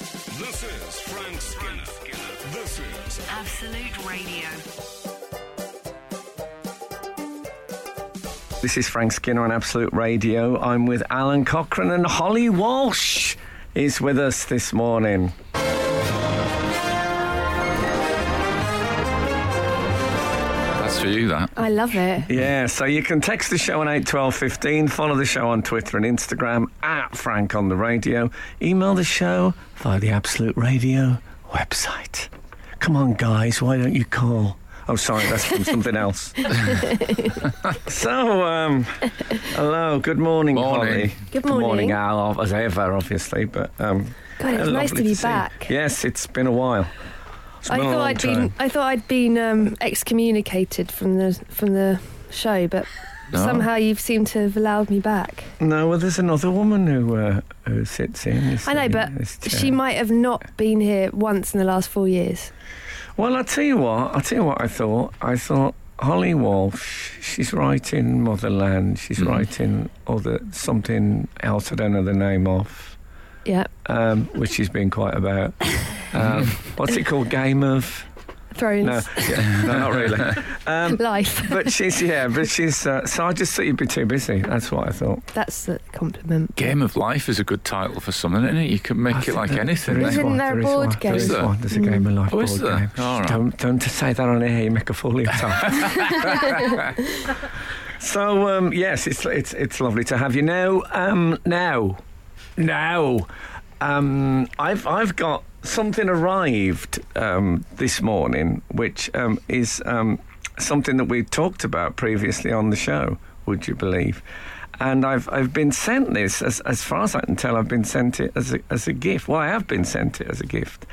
This is Frank Skinner. This is Absolute Radio. This is Frank Skinner on Absolute Radio. I'm with Alan Cochrane and Holly Walsh is with us this morning. That's for you, that. I love it. Yeah, so you can text the show on 81215, follow the show on Twitter and Instagram at Frank on the Radio, email the show via the Absolute Radio website. Come on, guys, why don't you call? Oh, sorry, that's from something else. so, um, hello, good morning, Morning. Holly. Good Good morning, morning. Al, as ever, obviously, but. Um, God, it's lovely nice to be see you. back. Yes, it's been a while. It's I been a thought long I'd time. been I thought I'd been um, excommunicated from the from the show, but No. somehow you've seemed to have allowed me back. No, well, there's another woman who uh, who sits in. This, I know, this but chair. she might have not been here once in the last four years. Well, I tell you what. I tell you what. I thought. I thought Holly Walsh. She's writing Motherland. She's Mm. writing other something else. I don't know the name of. Yeah, Um, which she's been quite about. Um, what's it called? Game of? Thrones, No, yeah, no not really. Um, life. but she's yeah. But she's. Uh, so I just thought you'd be too busy. That's what I thought. That's a compliment. Game of Life is a good title for something, isn't it? You can make I it think like there- anything. there eh? is Isn't one, there a is board one, game? There is Is there? one. There's a game of life Oh, board is there? game. All right. Don't don't say that on air. You make a fool of yourself. so um, yes, it's it's it's lovely to have you now. Um, now, now, um, I've I've got something arrived um, this morning, which um, is um, something that we talked about previously on the show. Would you believe? And I've I've been sent this as as far as I can tell. I've been sent it as a, as a gift. Well, I have been sent it as a gift,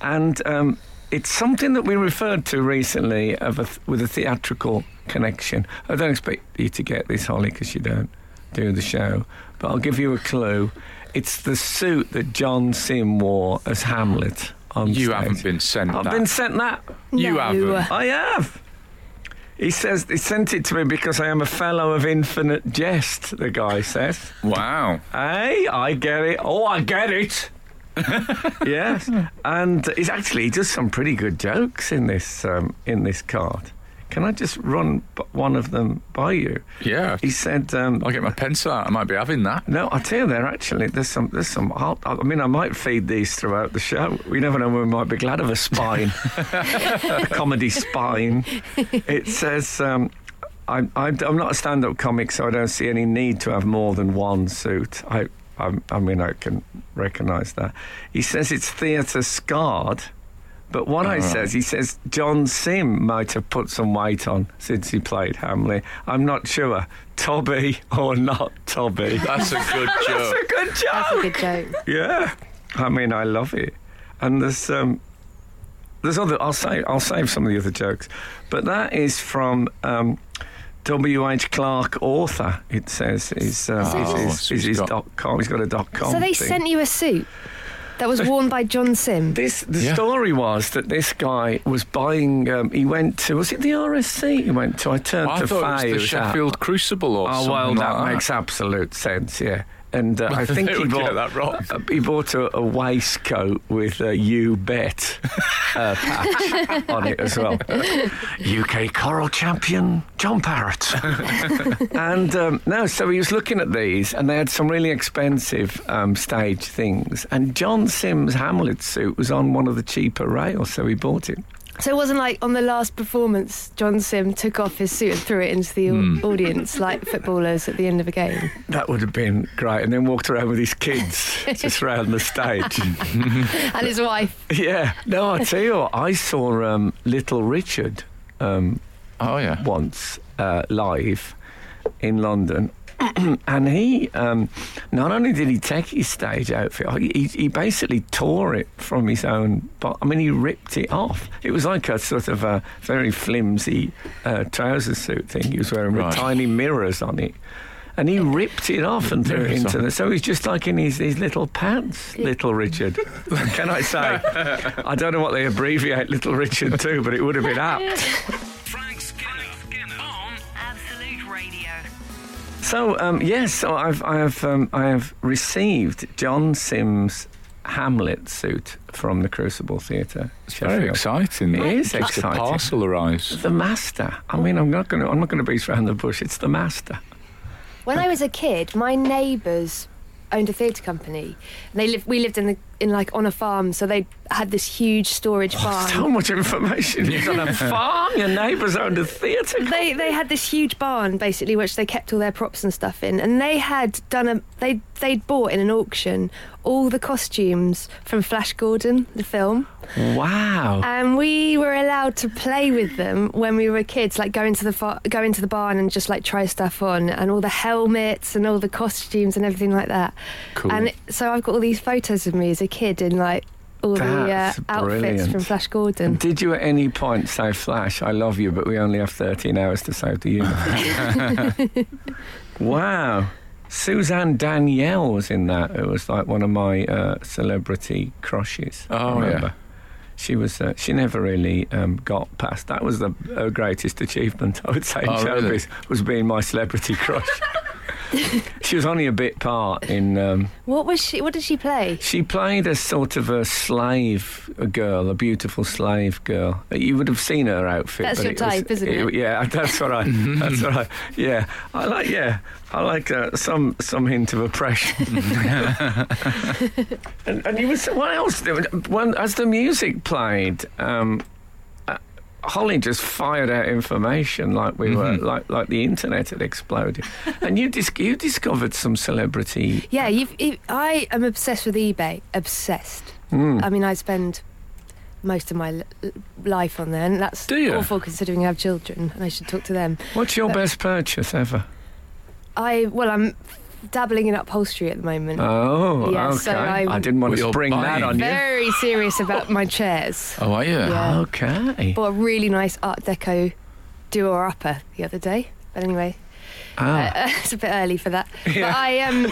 and um, it's something that we referred to recently of a th- with a theatrical connection. I don't expect you to get this, Holly, because you don't do the show, but I'll give you a clue. It's the suit that John Sim wore as Hamlet on You stage. haven't been sent I've that. been sent that. You No. haven't. I have. He says he sent it to me because I am a fellow of infinite jest. The guy says. Wow. Hey, I get it. Oh, I get it. yes, and it's actually just some pretty good jokes in this um, in this card. Can I just run b- one of them by you? Yeah. He said, um, I'll get my pencil out. I might be having that. "No, I tell you, there actually there's some there's some. I'll, I mean, I might feed these throughout the show. We never know when we might be glad of a spine, a comedy spine." It says. Um, I, I, I'm not a stand-up comic, so I don't see any need to have more than one suit. I, I, I mean, I can recognise that. He says it's theatre scarred, but what I says, he says John Sim might have put some weight on since he played Hamlet. I'm not sure, Tobby or not Tobby. That's a good That's joke. a good joke. That's a good joke. Yeah, I mean, I love it, and there's um, there's other. I'll save I'll save some of the other jokes, but that is from um, W. H. Clark, author. It says is um, So is, he's- is, Oh, so is he's his got- dot com. He's got a dot com. So they thing. sent you a suit that was worn by John Sim. This the Yeah. story was that this guy was buying. Um, he went to was it the RSC? He went to. I turned I to thought five. it was the Sheffield Crucible or Oh something well, that like makes absolute sense. Yeah, and uh, I They think he would bought get that wrong. uh, he bought a, a waistcoat with a "You Bet" uh, patch on it as well. UK choral champion John Parrott, and um, no, so he was looking at these, and they had some really expensive um, stage things, and John Sims' Hamlet suit was on one of the cheaper rails, so he bought it. So it wasn't like on the last performance, John Sim took off his suit and threw it into the au- Hmm. audience like footballers at the end of a game. That would have been great, and then walked around with his kids just round the stage. And his wife. Yeah. No, I tell you what, I saw um, Little Richard um, Oh, yeah. once uh, live in London. and he um, not only did he take his stage outfit, he, he- he basically tore it from his own. Bo- I mean, he ripped it off. It was like a sort of a very flimsy uh, trouser suit thing he was wearing Right. with tiny mirrors on it. And he ripped it off and threw it Mirrors into on. the. So he's just like in his, his little pants, Little Richard. Can I say? I don't know what they abbreviate Little Richard to, but it would have been apt. Frank Skinner. On Absolute Radio. oh, So um, yes, so I've I have um, I have received John Sims Hamlet suit from the Crucible Theatre. It's very exciting. It is takes exciting. The parcel arrives. The Master. I mean, I'm not going to. I'm not going to beat around the bush. It's the Master. When I was a kid, my neighbours owned a theatre company. And they lived. We lived in the in like on a farm, so they had this huge storage barn. So much information. You've got a farm. Your neighbours owned a theatre. they they had this huge barn basically which they kept all their props and stuff in and they had done a they they'd bought in an auction all the costumes from Flash Gordon the film Wow. and we were allowed to play with them when we were kids like go into the far, go into the barn and just like try stuff on and all the helmets and all the costumes and everything like that Cool. and so I've got all these photos of me as a kid in like all That's the uh, outfits brilliant. from Flash Gordon Did you at any point say, Flash, I love you, but we only have 13 hours to save the universe? wow. Suzanne Danielle was in that. It was like one of my uh, celebrity crushes. I Oh, yeah. remember. She was. Uh, she never really um, got past. That was the her greatest achievement, I would say, in Oh, showbiz, really? was being my celebrity crush. she was only a bit part in um, what was she what did she play she played a sort of a slave girl, a beautiful slave girl. You would have seen her outfit. That's but your was- type, isn't it? Yeah, that's all right. that's all right. Yeah, I like. Yeah, I like uh, some some hint of oppression. and, and you was what else? When as the music played. Um, uh, Holly just fired out information like we were like like the internet had exploded, and you dis- you discovered some celebrity Yeah, you've, if- I am obsessed with eBay. Obsessed. hmm, I mean, I spend most of my l- l- life on there, and that's Do you? awful considering I have children and I should talk to them. What's your best purchase ever? I well, I'm dabbling in upholstery at the moment. Oh, Yeah, okay. so I'm- I didn't want Well, to you're spring that buying. on you. Very serious about my chairs. Oh, are you? Yeah. Okay. Bought a really nice Art Deco doer upper the other day. But anyway, Ah. uh, it's a bit early for that. Yeah. But I um,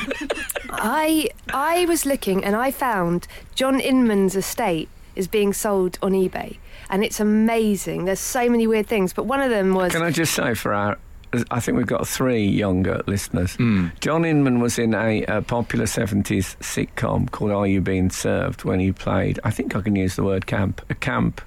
I I was looking and I found John Inman's estate is being sold on eBay, and it's amazing. There's so many weird things, but one of them was Can I just say for our. I think we've got three younger listeners. Hmm. John Inman was in a, uh popular 70s sitcom called Are You Being Served when he played, I think I can use the word camp, a camp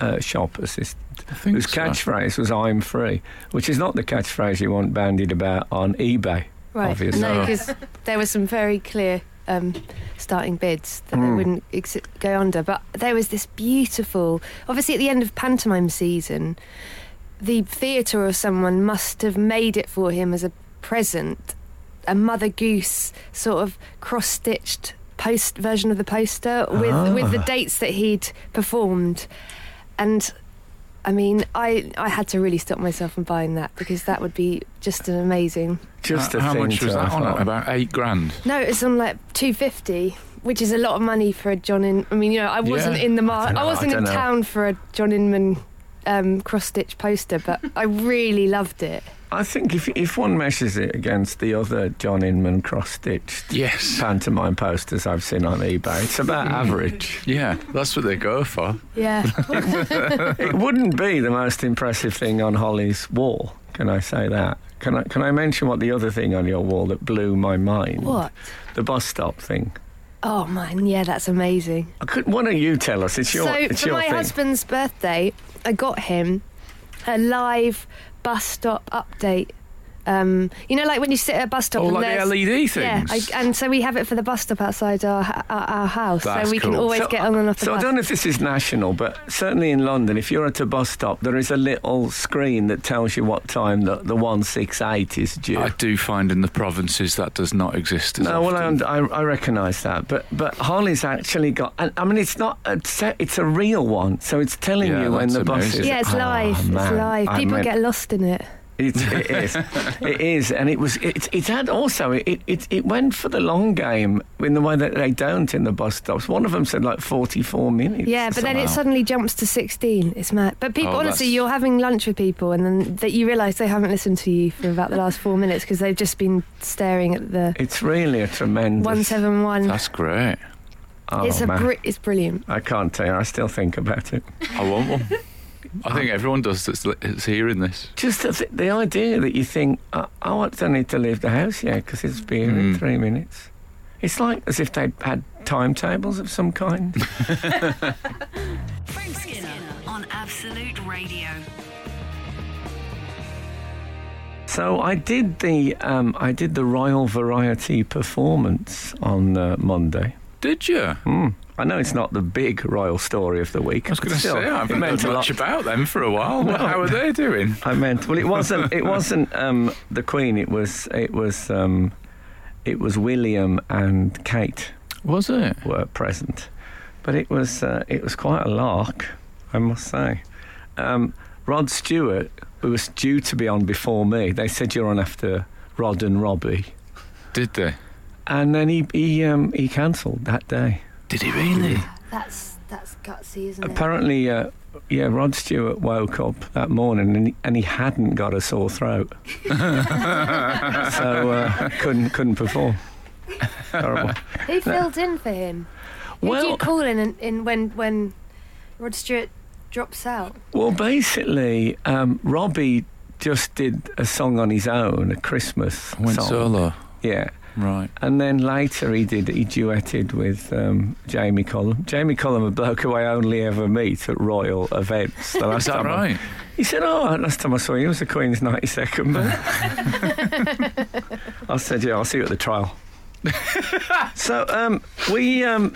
uh, shop assistant. I think Whose so. catchphrase was I'm free, which is not the catchphrase you want bandied about on eBay, right. obviously. No, No. because there were some very clear. Um, starting bids that they wouldn't ex- go under, but there was this beautiful. Obviously, at the end of pantomime season, the theatre or someone must have made it for him as a present a mother goose sort of cross stitched post version of the poster with with the dates that he'd performed and I mean I I had to really stop myself from buying that because that would be just an amazing Just How- a How thing much to was that have on? it? About eight grand. no it's on like 250 which is a lot of money for a John in I mean you know I wasn't Yeah. in the mar- I I, dunno, I wasn't in dunno. town for a John Inman um, cross stitch poster but I really loved it I think if if one measures it against the other John Inman cross stitched Yes. pantomime posters I've seen on eBay, it's about Hmm. average. Yeah, that's what they go for. yeah It wouldn't be the most impressive thing on Holly's wall. Can I say that? Can I can I mention what the other thing on your wall that blew my mind? what The bus stop thing. oh man yeah that's amazing I could, why don't you tell us? It's your so it's for your my thing. husband's birthday, I got him a live bus stop update. Um, you know, like when you sit at a bus stop Oh, and like the E there's LED things. yeah, I, and so we have it for the bus stop outside our our, our house, That's so we can cool. always So- get on and off the So I bus. don't know if this is national, but certainly in London, if you're at a bus stop, there is a little screen that tells you what time the, the 168 is due. I do find in the provinces that does not exist. As No, well, I, often. und- I, I recognise that, but but Harley's actually got. and, I mean, it's not. A, set- it's a real one, so it's telling Yeah, you when that's the bus amazing. is. yeah, it's Oh, live. it's man. live. I People mean, get lost in it. It's, it is. it is, and it was. It's. It's had also. It, it. It went for the long game in the way that they don't in the bus stops. One of them said like forty-four minutes. Yeah, but then it somehow. suddenly jumps to sixteen. It's mad. But people, Oh, honestly, that's- you're having lunch with people, and then that you realise they haven't listened to you for about the last four minutes because they've just been staring at the It's really a tremendous. one seven one. That's great. Oh, It's a man. br- it's brilliant. I can't tell you. I still think about it. I want one. I think everyone does that's, li- that's hearing this. Just the, th- the idea that you think, oh, I don't need to leave the house yet because it's beer in Mm. three minutes. It's like as if they had timetables of some kind? Frank Skinner on Absolute Radio. So I did the um, I did the Royal Variety performance on uh, Monday. Did you? Mm. I know it's not the big royal story of the week. I was going but to say still, I it haven't meant heard a much lot. about them for a while. What- How are they doing? I meant well, it wasn't it wasn't um, the Queen. It was it was um, it was William and Kate Was it? were present, but it was uh, it was quite a lark, I must say. Um, Rod Stewart, who was due to be on before me, they said you're on after Rod and Robbie. Did they? And then he he um, he cancelled that day. Did he really? That's that's gutsy, isn't it? Apparently, uh, yeah, Rod Stewart woke up that morning and he, and he hadn't got a sore throat, so uh, couldn't couldn't perform. Horrible. uh, Who filled in for him? Who do Well- you call in, in, in when when Rod Stewart drops out? Well, basically, um, Robbie just did a song on his own, a Christmas Went song. solo. Yeah, Right. and then later he did he duetted with um, Jamie Collum. Jamie Collum, a bloke who I only ever meet at royal events. The last Is that time I- right? He said, "Oh, last time I saw you it was the Queen's 92nd birthday." I said, "Yeah, I'll see you at the trial." so um, we, um,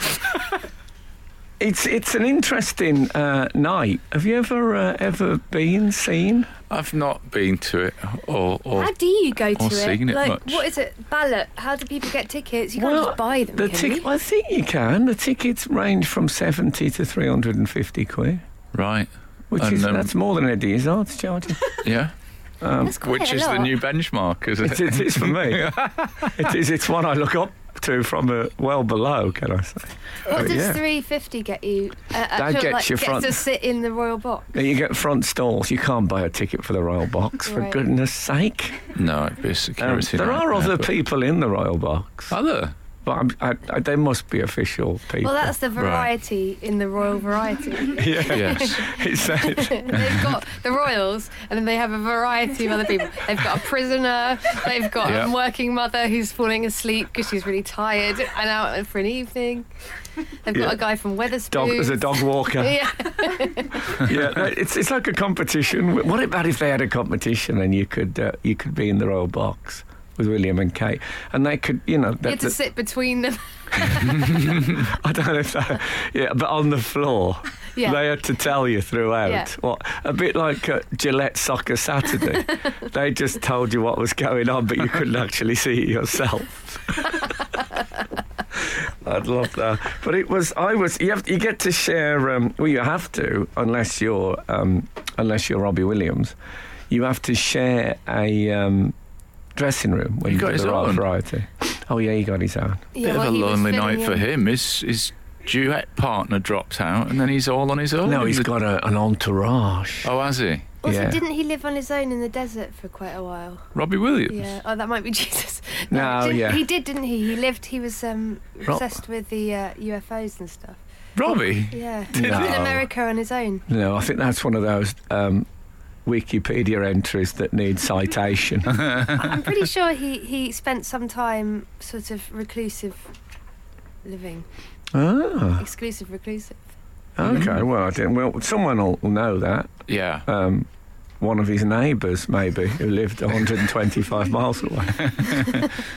it's it's an interesting uh, night. Have you ever uh, ever been seen? I've not been to it or or How do you go to or seen it like, much. what is it? Ballot? How do people get tickets? You can't just buy them. The can tic- you? I think you can. The tickets range from seventy to three hundred and fifty quid, right. which And, is um, that's more than Eddie's arts charges. Yeah. That's quite Which a is lot. the new benchmark, is It it? is, it is for me. it is. It's one I look up to from uh, well below. Can I say? What but does Oh, yeah. three fifty get you? Uh, That actual, gets like, you gets front- to sit in the royal box. You get front stalls. You can't buy a ticket for the Royal Box, for Right. goodness sake. No, it'd be a Um, security. there nightmare, are other but- people in the Royal Box, Are there? but I'm, I, I, they must be official people. Well, that's the variety in the royal variety. Yes. It's, it's- they've got the royals, and then they have a variety of other people. They've got a prisoner. They've got Yeah. a working mother who's falling asleep because she's really tired and out for an evening. They've got Yeah. a guy from Weatherspoons. dog, there's a dog walker. Yeah. yeah, no, it's, it's like a competition. What about if they had a competition and you could uh, you could be in the Royal Box with William and Kate, and they could, you know, You that- had to that- sit between them. I don't know if that, yeah, but on the floor. Yeah. They had to tell you throughout. Yeah. What a bit like uh, Gillette Soccer Saturday. they just told you what was going on, but you couldn't actually see it yourself. I'd love that. But it was I was you have you get to share um, well you have to unless you're um, unless you're Robbie Williams, you have to share a um, dressing room when He you got do his the Royal own. variety. Oh yeah, he got his own. Yeah, Bit of well, a he was lonely filling night for in. him. His his duet partner drops out, and then he's all on his own. No, in he's the- got a, an entourage. Oh, has he? Also, Yeah. didn't he live on his own in the desert for quite a while? Robbie Williams. Yeah. Oh, that might be Jesus. No, didn't- Oh, yeah. He did, didn't he? He lived. He was um, Ro- obsessed with the uh, UFOs and stuff. Robbie. Yeah. Did He was in he? America on his own. No, I think that's one of those um, Wikipedia entries that need citation. I'm pretty sure he he spent some time sort of reclusive living, ah, exclusive reclusive. okay. Well, I didn't. Well, someone will will know that. Yeah. Um, one of his neighbours, maybe, who lived 125 miles away.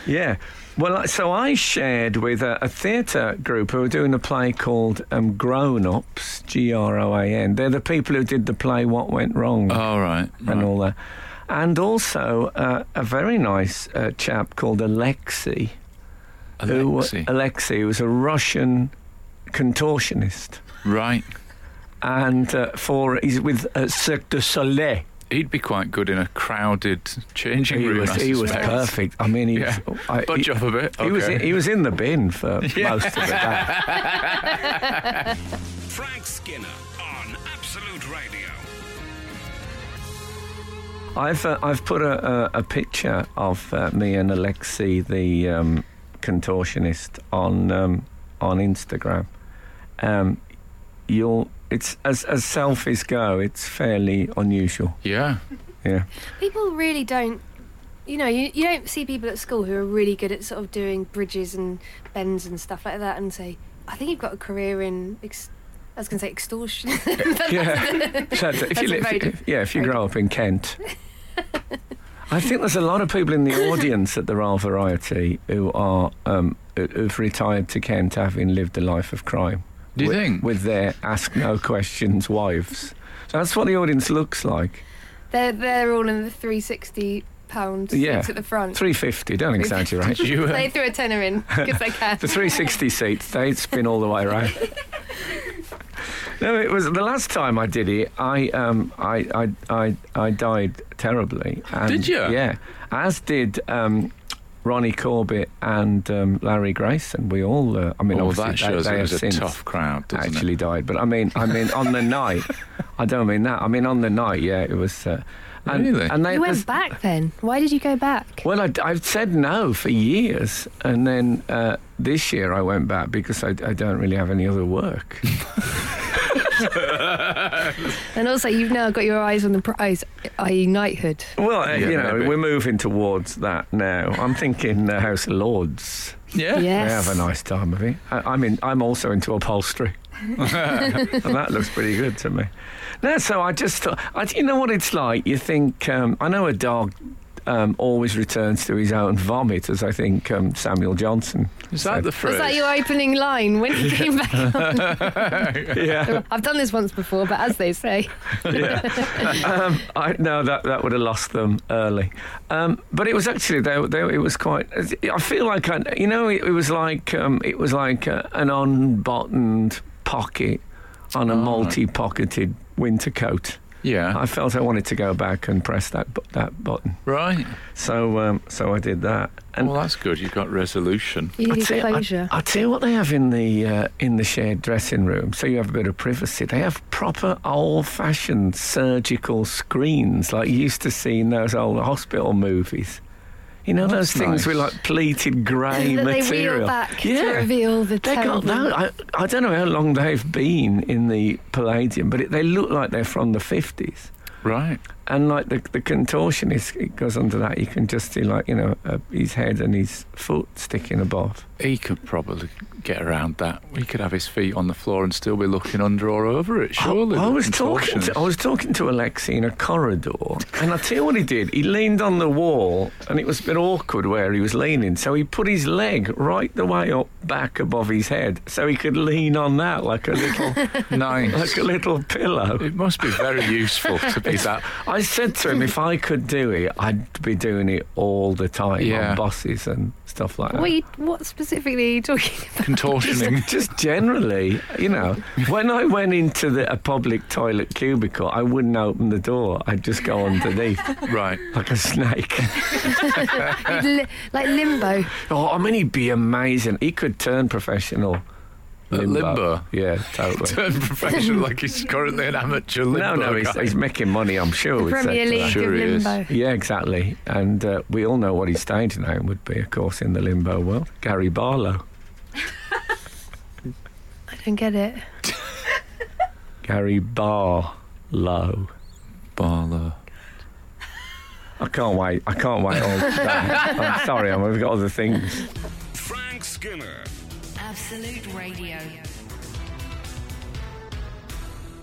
yeah. Well, I- so I shared with a, a theatre group who were doing a play called um, Grown Ups, G R O A N. They're the people who did the play What Went Wrong. All right. and Oh, right. all that. And also uh, a very nice uh, chap called Alexei. Alexei. Who, Alexei was a Russian contortionist. Right. And uh, for he's with uh, Cirque du Soleil. He'd be quite good in a crowded changing He room. was, I he was suspect. perfect. I mean, he Yeah. was. oh, I, Budge he, up a bit. he was okay. he was in the bin for most of the day. Frank Skinner on Absolute Radio. I've uh, I've put a, a, a picture of uh, me and Alexei the um, contortionist on um, on Instagram. Um, you'll it's as as selfies go, it's fairly unusual. yeah. Yeah, People really don't you know, you, you don't see people at school who are really good at sort of doing bridges and bends and stuff like that and say, I think you've got a career in, ex- I was going to say extortion. Yeah. So if That's you a live, very diff- yeah, if you very grow up in Kent. I think there's a lot of people in the audience at the Royal Variety who are um, who- who've retired to Kent having lived a life of crime. Do you with, think? with their ask no questions wives? So that's what the audience looks like. they're, they're all in the 360 pound Yeah. seats at the front. Three fifty. Don't exaggerate. you, uh, they threw a tenner in because they can. The 360 seats, they spin all the way around. no, it was the last time I did it. I um, I, I I I died terribly. And, Did you? Yeah. As did um, Ronnie Corbett and um, Larry Grayson. We all. Uh, I mean, well, obviously they, Oh, that shows they it have was a since tough crowd, doesn't actually it? died. But I mean, I mean, on the night. I don't mean that. I mean on the night. Yeah, it was. Uh, and, Really? And they, you there's- went back then. Why did you go back? well, I, have said no for years, and then uh, this year I went back because I, I don't really have any other work. And also, you've now got your eyes on the prize, i.e., knighthood. well, uh, Yeah, you know, maybe. we're moving towards that now. I'm thinking the House of Lords. Yeah. They Yes. have a nice time of it. I, I'm in. I'm also into upholstery, and that looks pretty good to me. No, so I just thought, I, you know what it's like. You think um, I know a dog. Um, always returns to his own vomit, as I think um, Samuel Johnson. Is that the Was phrase? that your opening line when you came back? Yeah. I've done this once before, but as they say, yeah. um, I, no, that that would have lost them early. Um, but it was actually they, they, it was quite. I feel like I, you know, it, it was like um, it was like uh, an unbuttoned pocket on a multi-pocketed winter coat. yeah. I felt I wanted to go back and press that bu- that button, Right. so um, so I did that. And Well, that's good. You've got resolution. you need I- closure. I'll tell you what they have in the uh, in the shared dressing room, so you have a bit of privacy. They have proper old-fashioned surgical screens, like you used to see in those old hospital movies. You know those That's things with nice. like pleated grey that they material. reel back to yeah. reveal the They terrible. got that. I, I don't know how long they've been in the Palladium, but it, they look like they're from the 50s. Right. And like the, the contortionist it goes under that, you can just see like, you know, uh, his head and his foot sticking above. He could probably get around that. He could have his feet on the floor and still be looking under or over it. Surely. I, I the was talking. To, contortionist. I was talking to Alexei in a corridor, and I tell you what he did. He leaned on the wall, and it was a bit awkward where he was leaning. So he put his leg right the way up back above his head, so he could lean on that like a little, nice. like a little pillow. It must be very useful to be that. I said to him, if I could do it, I'd be doing it all the time Yeah. on buses and stuff like that. What, you, what specifically are you talking about? Contortioning. Just generally, you know, when I went into the, a public toilet cubicle, I wouldn't open the door. I'd just go underneath right. like a snake. You'd li- like limbo. Oh, I mean, he'd be amazing. He could turn professional. At limbo? Yeah, totally. Turned professional like he's currently an amateur no, limbo no, he's, guy. he's making money, I'm sure. with Premier sex. League Sure of he is. limbo. Yeah, exactly. And uh, we all know what his stage name would be, of course, in the limbo world. Gary Barlow. I don't get it. Gary Barlow. Barlow. I can't wait. I can't wait all that. I'm sorry, Emma, we've got other things. Frank Skinner. Absolute Radio.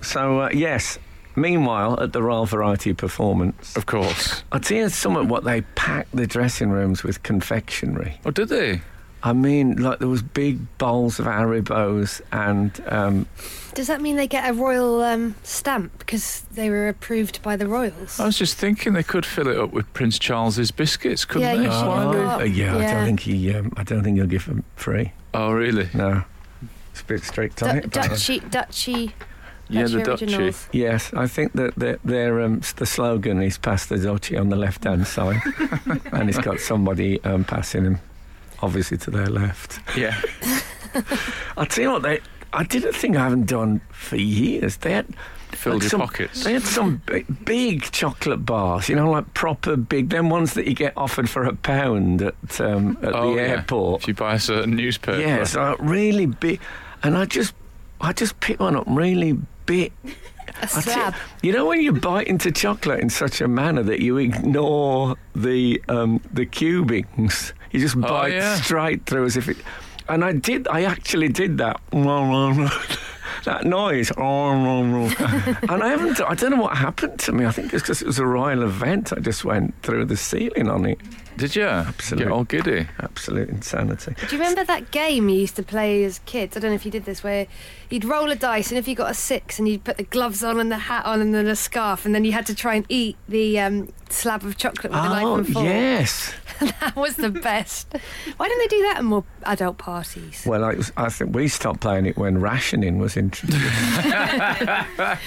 So, uh, yes. Meanwhile, at the Royal Variety Performance, Of course. I tell you somewhat what they packed the dressing rooms with confectionery. Oh, did they? I mean, like there was big bowls of Haribos and um, Does that mean they get a royal um, stamp because they were approved by the royals? I Oh, was just thinking they could fill it up with Prince Charles's biscuits, couldn't Yeah, they? you should Why have they- got- Uh, yeah, I yeah. don't think he, um, I don't think he'll give them free. Oh, really? No, it's a bit strict on Du- it. but- uh, duchy, duchy, Yeah, duchy the duchy. originals. Yes, I think that their, their um, s- the slogan is "Pass the Duchy" on the left-hand side, and it's got somebody um, passing him, obviously to their left. Yeah. I tell you what, they, I did a thing I haven't done for years. They had Filled Like your some- pockets. They had some big, big chocolate bars, you know, like proper big, them ones that you get offered for a pound at, um, at Oh, the yeah. airport. If you buy a certain newspaper. Yes, like really big. And I just, I I just picked one up really bit. A I t- slab. you know when you bite into chocolate in such a manner that you ignore the um, the cubings, you just bite yeah. straight through as if it. And I did. I actually did that. That noise, and I haven't. I don't know what happened to me. I think it's because it was a royal event. I just went through the ceiling on it. Did you? Absolute. Get all giddy. Absolute insanity. Do you remember that game you used to play as kids? I don't know if you did this, where you'd roll a dice, and if you got a six, and you'd put the gloves on and the hat on and then a scarf, and then you had to try and eat the um, slab of chocolate with a knife Oh and fork. yes. that was the best. Why don't they do that at more adult parties? Well, I, I think we stopped playing it when rationing was introduced.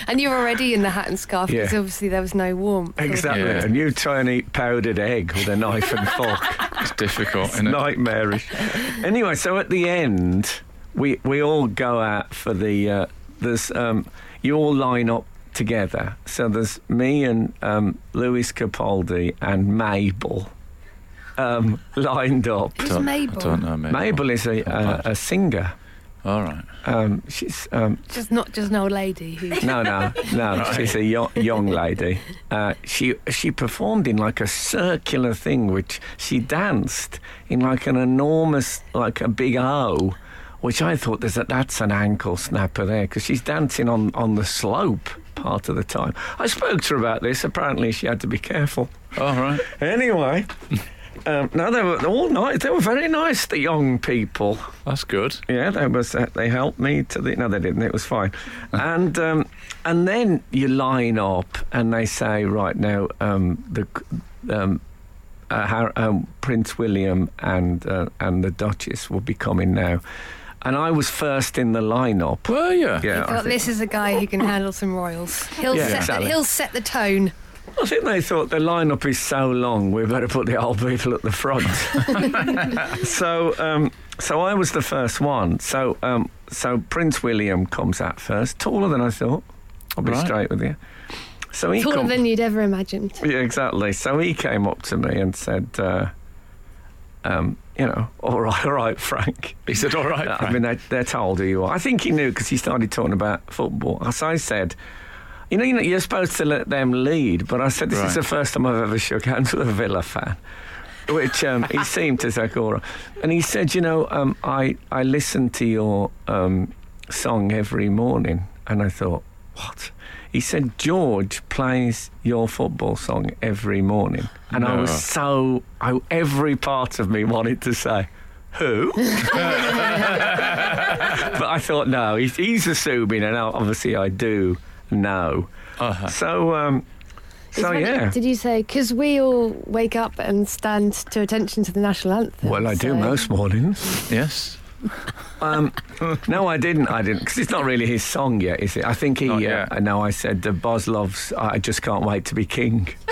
And you're already in the hat and scarf because Yeah. obviously there was no warmth. exactly. Yeah. And you try and eat powdered egg with a knife and fork. It's difficult, isn't it? Nightmarish. Anyway, so at the end, we we all go out for the. Uh, there's um, you all line up together. So there's me and um, Louis Capaldi and Mabel um, lined up. Who's Don't- I Mabel? don't know, Oh, Mabel. Mabel is a, a, a singer. All right. Um, she's um, Just not just an old lady who. No, no, no. She's a yo- young lady. Uh, she she performed in like a circular thing, which she danced in like an enormous, like a big O, which I thought there's a, that's an ankle snapper there because she's dancing on on the slope part of the time. I spoke to her about this. Apparently, she had to be careful. All right. Anyway. Um, no, they were all nice. They were very nice, the young people. That's good. Yeah, they was uh, they helped me to the no, they didn't. It was fine, and um, and then you line up and they say right now um, the um, uh, Har- um, Prince William and uh, and the Duchess will be coming now, and I was first in the lineup. Were you? Yeah, I Oh, think, this is a guy who can handle some royals. He'll, Yeah, set, exactly. the, he'll set the tone. I think they thought the lineup is so long, we better put the old people at the front. so, um, so I was the first one. So, um, so Prince William comes out first, taller than I thought. I'll be Right. straight with you. So he Oh, Taller come- than you'd ever imagined. yeah, exactly. So he came up to me and said, uh, um, you know, all right, all right, Frank. He said, all right. Uh, I mean, they're, they're told who you are. I think he knew because he started talking about football. As I said, you know, you know, you're supposed to let them lead, but I said, this is Right. the first time I've ever shook hands with a Villa fan. Which um, he seemed to take all right. And he said, You know, um, I, I listen to your um, song every morning. And I thought, What? He said, George plays your football song every morning. And I was No. so, I, every part of me wanted to say, Who? but I thought, no, he's, he's assuming, and obviously I do know. uh So, um, so yeah. Did you say, because we all wake up and stand to attention to the national anthem? Well, I do so- most mornings. Yes. Um, no, I didn't. I didn't because it's not really his song yet, is it? I think Not he. Uh, yet. I know. I said uh, Boslov's. I just can't wait to be king.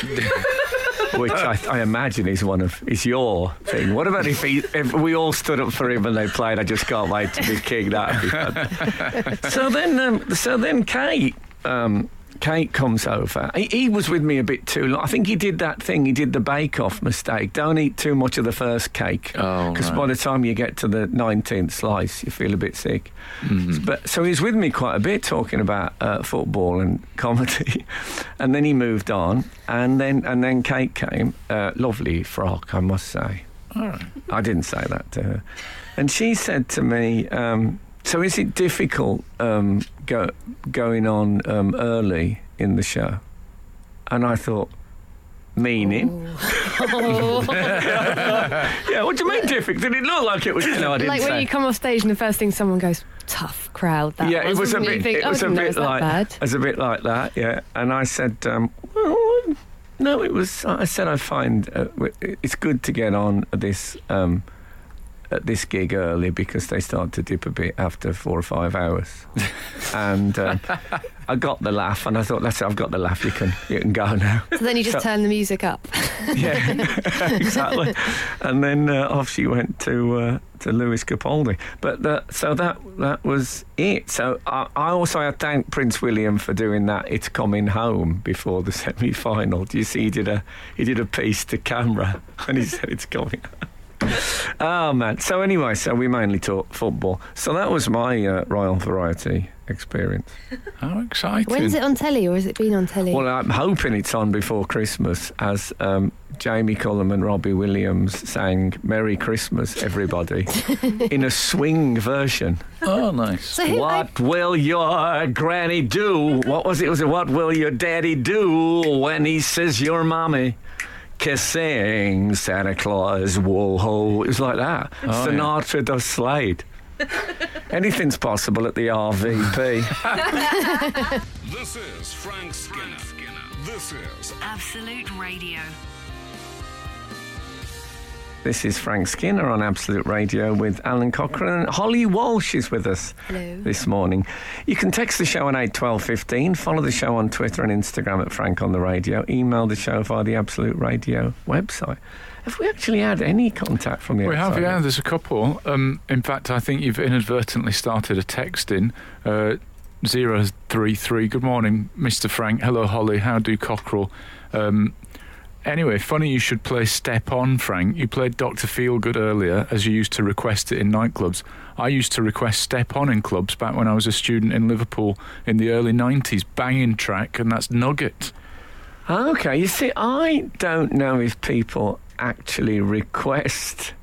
Which I, I imagine is one of is your thing. What about if, he, if we all stood up for him and they played "I Just Can't Wait to Be King"? That'd be fun. so then, um, so then Kate, um, Kate comes over. He, he was with me a bit too long. I think he did that thing. He did the Bake Off mistake. Don't eat too much of the first cake Oh, because right. by the time you get to the nineteenth slice, you feel a bit sick. Mm-hmm. But so he was with me quite a bit talking about uh, football and comedy, and then he moved on, and then and then Kate came, uh, lovely frock, I must say. All right. I didn't say that to her, and she said to me, um, "So is it difficult um, go, going on um, early in the show?" And I thought, meaning. Oh. Yeah, what do you mean difficult? Did it look like it was? No, I didn't like say. when you come off stage and the first thing someone goes, tough crowd. That yeah, it was a And you bit. think, It "Oh, I was a didn't know it bit that like. bad." It was a bit like that. Yeah, and I said, um, well, no, it was. I said I find uh, w- it's good to get on at this um, at this gig early because they start to dip a bit after four or five hours, and um, I got the laugh, and I thought, that's it, I've got the laugh. You can you can go now. So then you just So- turn the music up. yeah, exactly. And then uh, off she went to uh, to Lewis Capaldi. But that, so that that was it. So I, I also I thank Prince William for doing that. It's coming home before the semi final. Do you see? He did a he did a piece to camera, and he said it's coming. home." oh man. So anyway, so we mainly talk football. So that was my uh, Royal Variety experience. How exciting! When's it on telly, or has it been on telly? Well, I'm hoping it's on before Christmas, as um, Jamie Cullum and Robbie Williams sang "Merry Christmas, Everybody" in a swing version. Oh, nice. so who op- What will your granny do? What was it? Was it what will your daddy do when he sees your mommy kissing Santa Claus? Whoa ho! It was like that. yeah. Sinatra does Slade. Anything's possible at the RVP. This is Frank Skinner. This is Absolute Radio. this is Frank Skinner on Absolute Radio with Alan Cochrane. Holly Walsh is with us Hello. this morning. You can text the show on eight twelve fifteen. Follow the show on Twitter and Instagram at Frank on the Radio. Email the show via the Absolute Radio website. Have we actually had any contact from the We have, outside? yeah. There's a couple. Um, in fact, I think you've inadvertently started a texting. Uh, 033. Good morning, Mr. Frank. Hello, Holly. How do Cockerel? Um, anyway, funny you should play Step On, Frank. You played Dr. Feelgood earlier, as you used to request it in nightclubs. I used to request Step On in clubs back when I was a student in Liverpool in the early 90s. Banging track, and that's Nugget. Ah, Okay, you see, I don't know if people actually request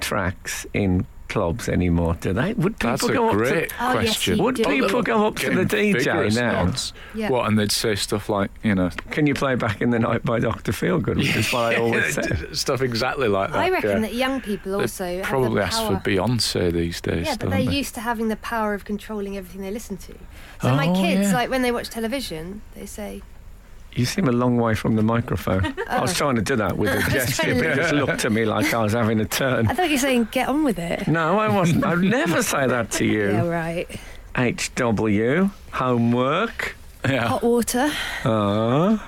tracks in clubs anymore, do they? Would people That's go a up great to, Oh, yes, question. you Would do. people go up to the Getting DJ vigorous now? nods. Yeah. What? And they'd say stuff like, you know, Can you play Back in the Night by Dr. Feelgood, which is what I always said. stuff exactly like that. Oh, I reckon yeah. that young people They also have probably the ask power. for Beyonce these days. Yeah, but don't they're they? used to having the power of controlling everything they listen to. So my Oh, kids, yeah. like when they watch television, they say, You seem a long way from the microphone. I was trying to do that with a gesture, but it just looked to me like I was having a turn. "I thought you were saying get on with it." No, I wasn't. I'd never say that to Yeah, you. right. HW, homework. yeah. Oh, Hot water. Uh,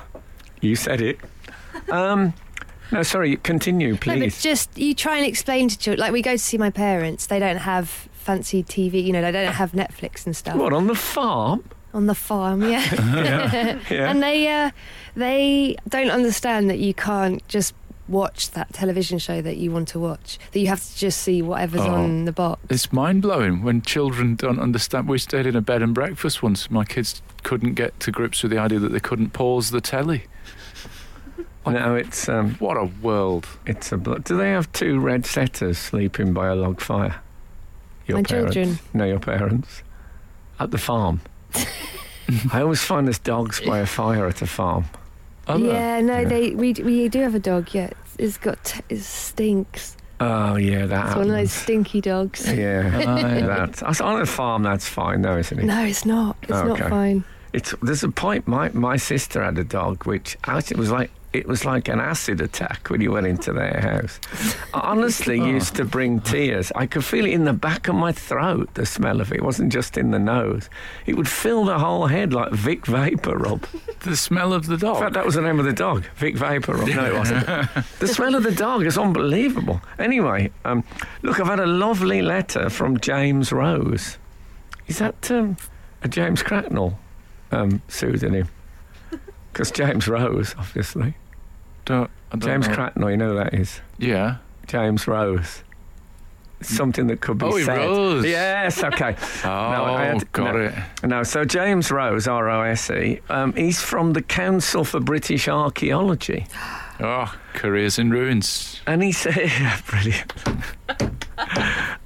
you said it. Um, no, sorry, continue, No, but please. just you try and explain to children. Like we go to see my parents, they don't have fancy TV. You know, they don't have Netflix and stuff what, on the farm? on the farm. Yeah, Yeah. and they uh, they don't understand that you can't just watch that television show that you want to watch. That you have to just see whatever's Oh. on the box. It's mind blowing when children don't understand. We stayed in a bed and breakfast once. My kids couldn't get to grips with the idea that they couldn't pause the telly. no, it's um, What a world. it's a. Blo- Do they have two red setters sleeping by a log fire? Your My parents? children. No, your parents at the farm. I always find there's dogs by a fire at a farm. Are they? yeah, no, Oh, Yeah. they we d- we do have a dog. Yeah, It's- it's got t- it stinks. Oh yeah, that. It's one of those happens. stinky dogs. Yeah, Ah, yeah. that's that's- on a farm. That's fine, though, isn't it? No, it's not. It's Oh, Okay. not fine. It's there's a point. My my sister had a dog, which actually was like it was like an acid attack when you went into their house. I honestly used to bring tears. I could feel it in the back of my throat. The smell of it. it wasn't just in the nose. It would fill the whole head like Vic Vapor Rub. The smell of the In fact, dog. that was the name of the dog, Vic Vapor Rub. No, it wasn't. the smell of the dog is unbelievable. Anyway, um, look, I've had a lovely letter from James Rose. Is that um, a James Cracknell um, pseudonym? Because James Rose, obviously. Don't, I don't James know. Cracknell, you know who that is. Yeah. James Rose. It's something that could be Oh, he said. rose. Yes, okay. Oh, I had- got no. it. No, so James Rose, R O S E, um, he's from the Council for British Archaeology. Oh, careers in ruins. And he said, brilliant.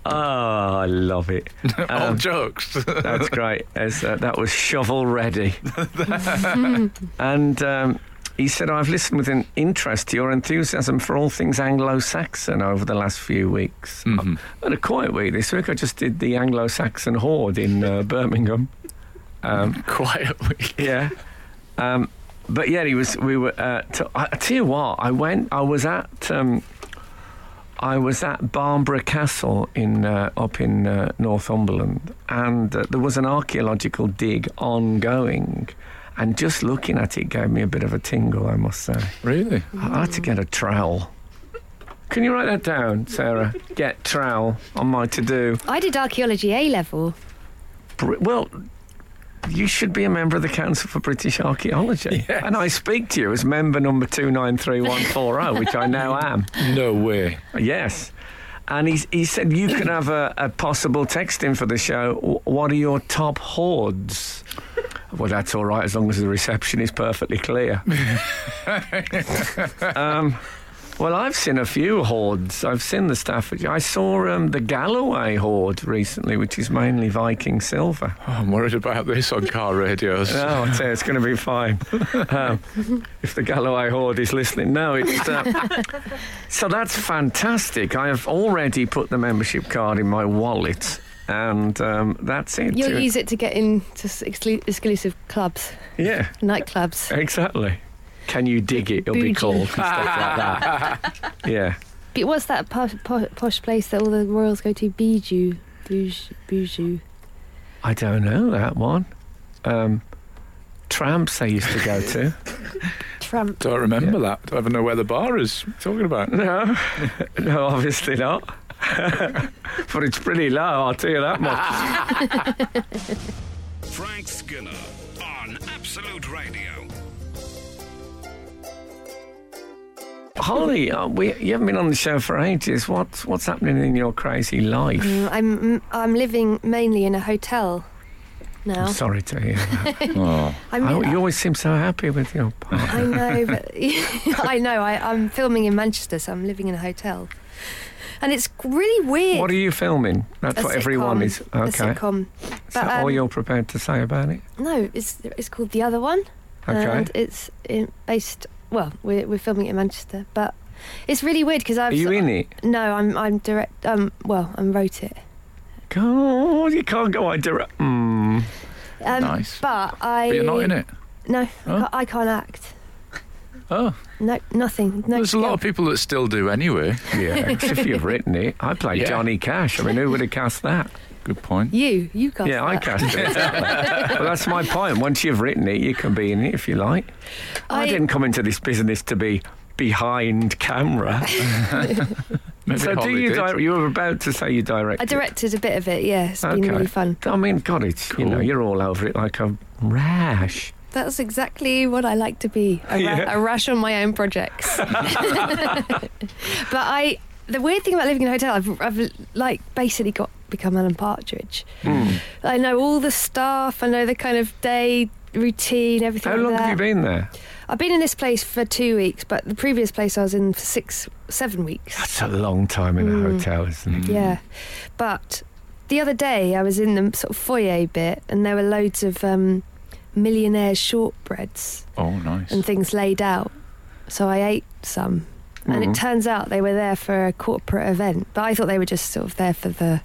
oh, I love it. All Um, jokes. That's great. As, uh, that was shovel ready. and um, he said, I've listened with an interest to your enthusiasm for all things Anglo Saxon over the last few weeks. Mhm. I had a quiet week this week. I just did the Anglo Saxon Horde in uh, Birmingham. Um, Quiet week. yeah. Um, but yeah, he was. We were. Uh, t- I I tell you what, I went. I was at. Um, I was at Barbara Castle in uh, up in uh, Northumberland, and uh, there was an archaeological dig ongoing. And just looking at it gave me a bit of a tingle, I must say. Really? I had to get a trowel. Can you write that down, Sarah? Get trowel on my to do. I did archaeology A level. Br- Well, you should be a member of the Council for British Archaeology. And I speak to you as member number 293140, oh, which I now am. No way. Yes. And he's, he said, You can have a, a possible text in for the show. W- What are your top hoards? Well, that's all right as long as the reception is perfectly clear. um, well, I've seen a few hoards. I've seen the Staffordshire. I saw um, the Galloway hoard recently, which is mainly Viking silver. Oh, I'm worried about this on car radios. No, Oh, I tell you, it's going to be fine. Um, if the Galloway horde is listening, no, it's. Uh, so that's fantastic. I have already put the membership card in my wallet, and um, that's it. You'll use it to get into s- exclu- exclusive clubs, yeah, nightclubs, exactly. Can you dig it? It'll be Bougie. called and stuff like that. Yeah. But what's that posh, posh, posh place that all the royals go to? Bijou. Bijou. Bijou. I don't know that one. Um, tramps I used to go to. Trump. Don't remember that. Don't even know where the bar is. What are you Talking about. No, no, obviously not. but it's pretty low, I'll tell you that much. Frank Skinner on Absolute Radio. Holly, uh, we, you haven't been on the show for ages. What's what's happening in your crazy life? Mm, I'm mm, I'm living mainly in a hotel now. I'm sorry to hear. That. Oh. I'm, I, you always seem so happy with your partner. I know, but I know. I, I'm filming in Manchester, so I'm living in a hotel, and it's really weird. What are you filming? That's A what everyone sitcom, is. a Okay. sitcom. Is but, that all um, you're prepared to say about it? No, it's it's called the other one, Okay. and it's in, based. Well, we're we're filming it in Manchester, but it's really weird because I've Are you sort- in it? No, I'm I'm direct. Um, well, I wrote it. Oh, you can't go. I direct. Mm. Um, Nice. But I. But you're not in it. No, Huh? I, can't, I can't act. Oh. No, nothing. No There's a lot skill. of people that still do anyway. Yeah. 'cause if you've written it, I played Yeah. Johnny Cash. I mean, who would have cast that? Good point. You, you cast yeah, I that. cast it. well, that's my point. Once you've written it, you can be in it if you like. I, I- didn't come into this business to be behind camera. Maybe so do Holly you? did. Di- you were about to say you direct. I directed a bit of it. Yeah, it's been Okay. really fun. I mean, God, it's you know Cool. you're all over it like a rash. That's exactly what I like to be a, ra- Yeah. a rash on my own projects. but I, the weird thing about living in a hotel, I've, I've like basically got become Alan Partridge. Hmm. I know all the staff. I know the kind of day routine, everything. How like long that. have you been there? I've been in this place for two weeks, but the previous place I was in for six, seven weeks. That's a long time in Mm. a hotel, isn't it? Yeah, but the other day I was in the sort of foyer bit, and there were loads of um, millionaire shortbreads Oh, nice. and things laid out. So I ate some, and it turns out they were there for a corporate event. But I thought they were just sort of there for the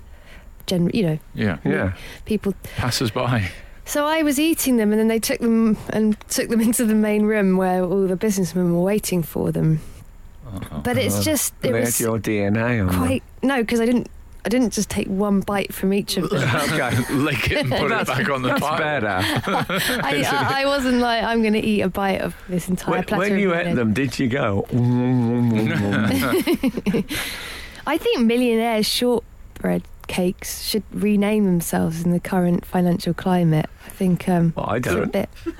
general, you know, Yeah. Yeah. people. Passers by. So I was eating them, and then they took them and took them into the main room where all the businessmen were waiting for them. But it's just it They was had your DNA on quite no, because I didn't. I didn't just take one bite from each of them. them. okay. Lick it and put it That's- back on the That's pile. better. I, I, I wasn't like I'm going to eat a bite of this entire When, platter. when of you mayonnaise." ate them, did you go? Mm. I think millionaire shortbread cakes should rename themselves in the current financial climate. I think um, well, I it's a don't. bit. You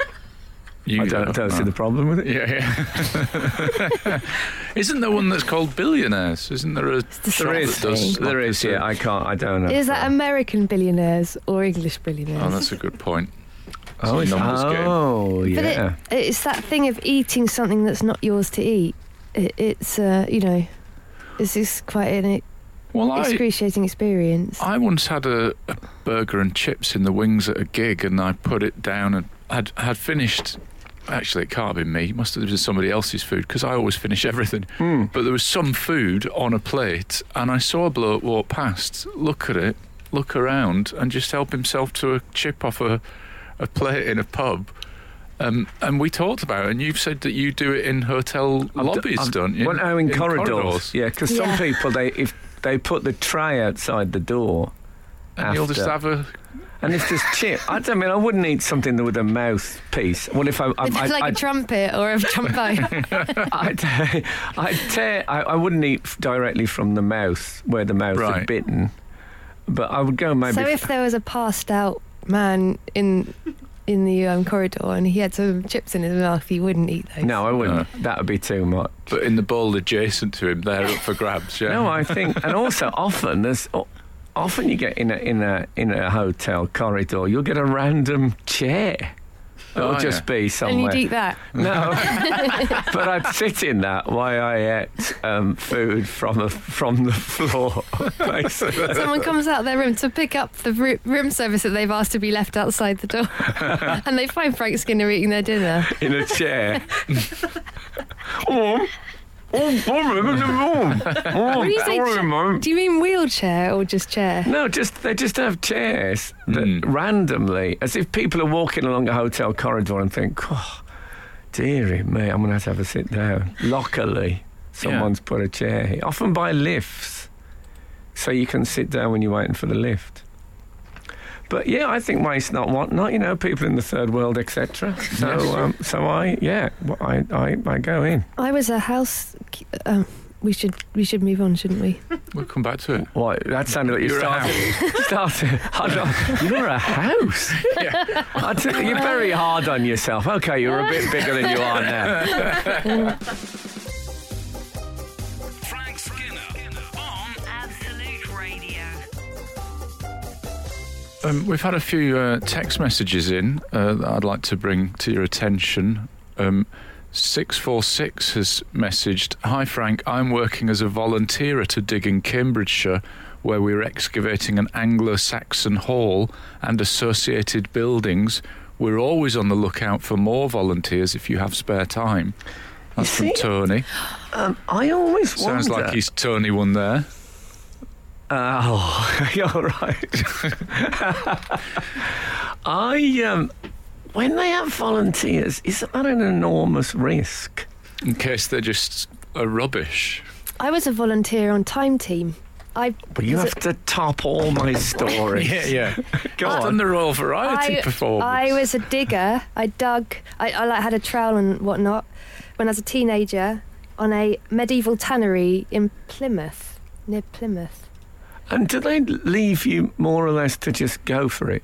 Oh. I don't, don't see the problem with it. Yeah, yeah. Isn't there one that's called Billionaires? Isn't there a the shop There that is, does There is. Yeah, I can't. I don't know. Is that American billionaires or English Oh, billionaires? that's a good point. oh, it's it's a numbers game. oh um, but it- yeah. it's that thing of eating something that's not yours to eat. It, it's uh, you know, this is quite an Well, I, excruciating experience. Um, I once had a, a burger and chips in the wings at a gig, and I put it down and had had finished. Actually, it can't have been me. It must have been somebody else's food because I always finish everything. Hmm. But there was some food on a plate, and I saw a bloke walk past, look at it, look around, and just help himself to a chip off a, a plate in a pub. Um, and we talked about it, and you've said that you do it in hotel I've d- lobbies, I've- don't you? Well, no, in, corridors. Yeah, because some Yeah. people they if they put the tray outside the door. And you'll just after. have a And if there's chip, I don't mean I wouldn't eat something that- with a mouthpiece. Well, if I, I, It's I, like a I, trumpet or a trombone. I'd, I'd tear, I, I wouldn't eat f- directly from the mouth where the mouth Right. had bitten, but I would go maybe. so if there was a passed out man in in the um, corridor, and he had some chips in his mouth. He wouldn't eat those. No, I wouldn't. That would be too much. But in the bowl adjacent to him, they're up for grabs. Yeah. No, I think, and also often there's o- often you get in a in a in a hotel corridor, you'll get a random chair. It'll Oh, just yeah. be and somewhere. you'd eat that. No, but I'd sit in that while I ate um, food from a, from the floor. basically. Someone comes out of their room to pick up the roo- room service that they've asked to be left outside the door, and they find Frank Skinner eating their dinner. in a chair. oh, oh, oh, oh, oh, When you say sorry, cha- mate. Do you mean wheelchair or just chair? No, just they just have chairs that Mm. randomly, as if people are walking along a hotel corridor and think, oh, dearie me, I'm going to have to have a sit down. Luckily, someone's put a chair here, often by lifts, so you can sit down when you're waiting for the lift. But yeah, I think waste not want not. You know, people in the third world, etc. So, Yes. um, so I yeah, well, I, I I go in. I was a house. Um, we should we should move on, shouldn't we? We'll come back to it. What? That sounded like you You're a started. started I don't- you're a house. I tell you, you're very hard on yourself. Okay, you're a bit bigger than you are now. Frank Skinner on Absolute Radio. Um, we've had a few uh, text messages in uh, that I'd like to bring to your attention. Um, 646 has messaged Hi, Frank. I'm working as a volunteer at a dig in Cambridgeshire where we're excavating an Anglo Saxon hall and associated buildings. We're always on the lookout for more volunteers if you have spare time. That's from see- Tony. Um, I always Sounds wonder- like he's Tony one there. Oh, you're right. I um, when they have volunteers, isn't that an enormous risk? In case they're just uh, rubbish. I was a volunteer on Time Team. I But you was have to a- top all my stories. yeah. Go I've on. done the Royal Variety I, performance. I was a digger. I dug. I, I like had a trowel and whatnot when I was a teenager on a medieval tannery in Plymouth, near Plymouth. And do they leave you more or less to just go for it?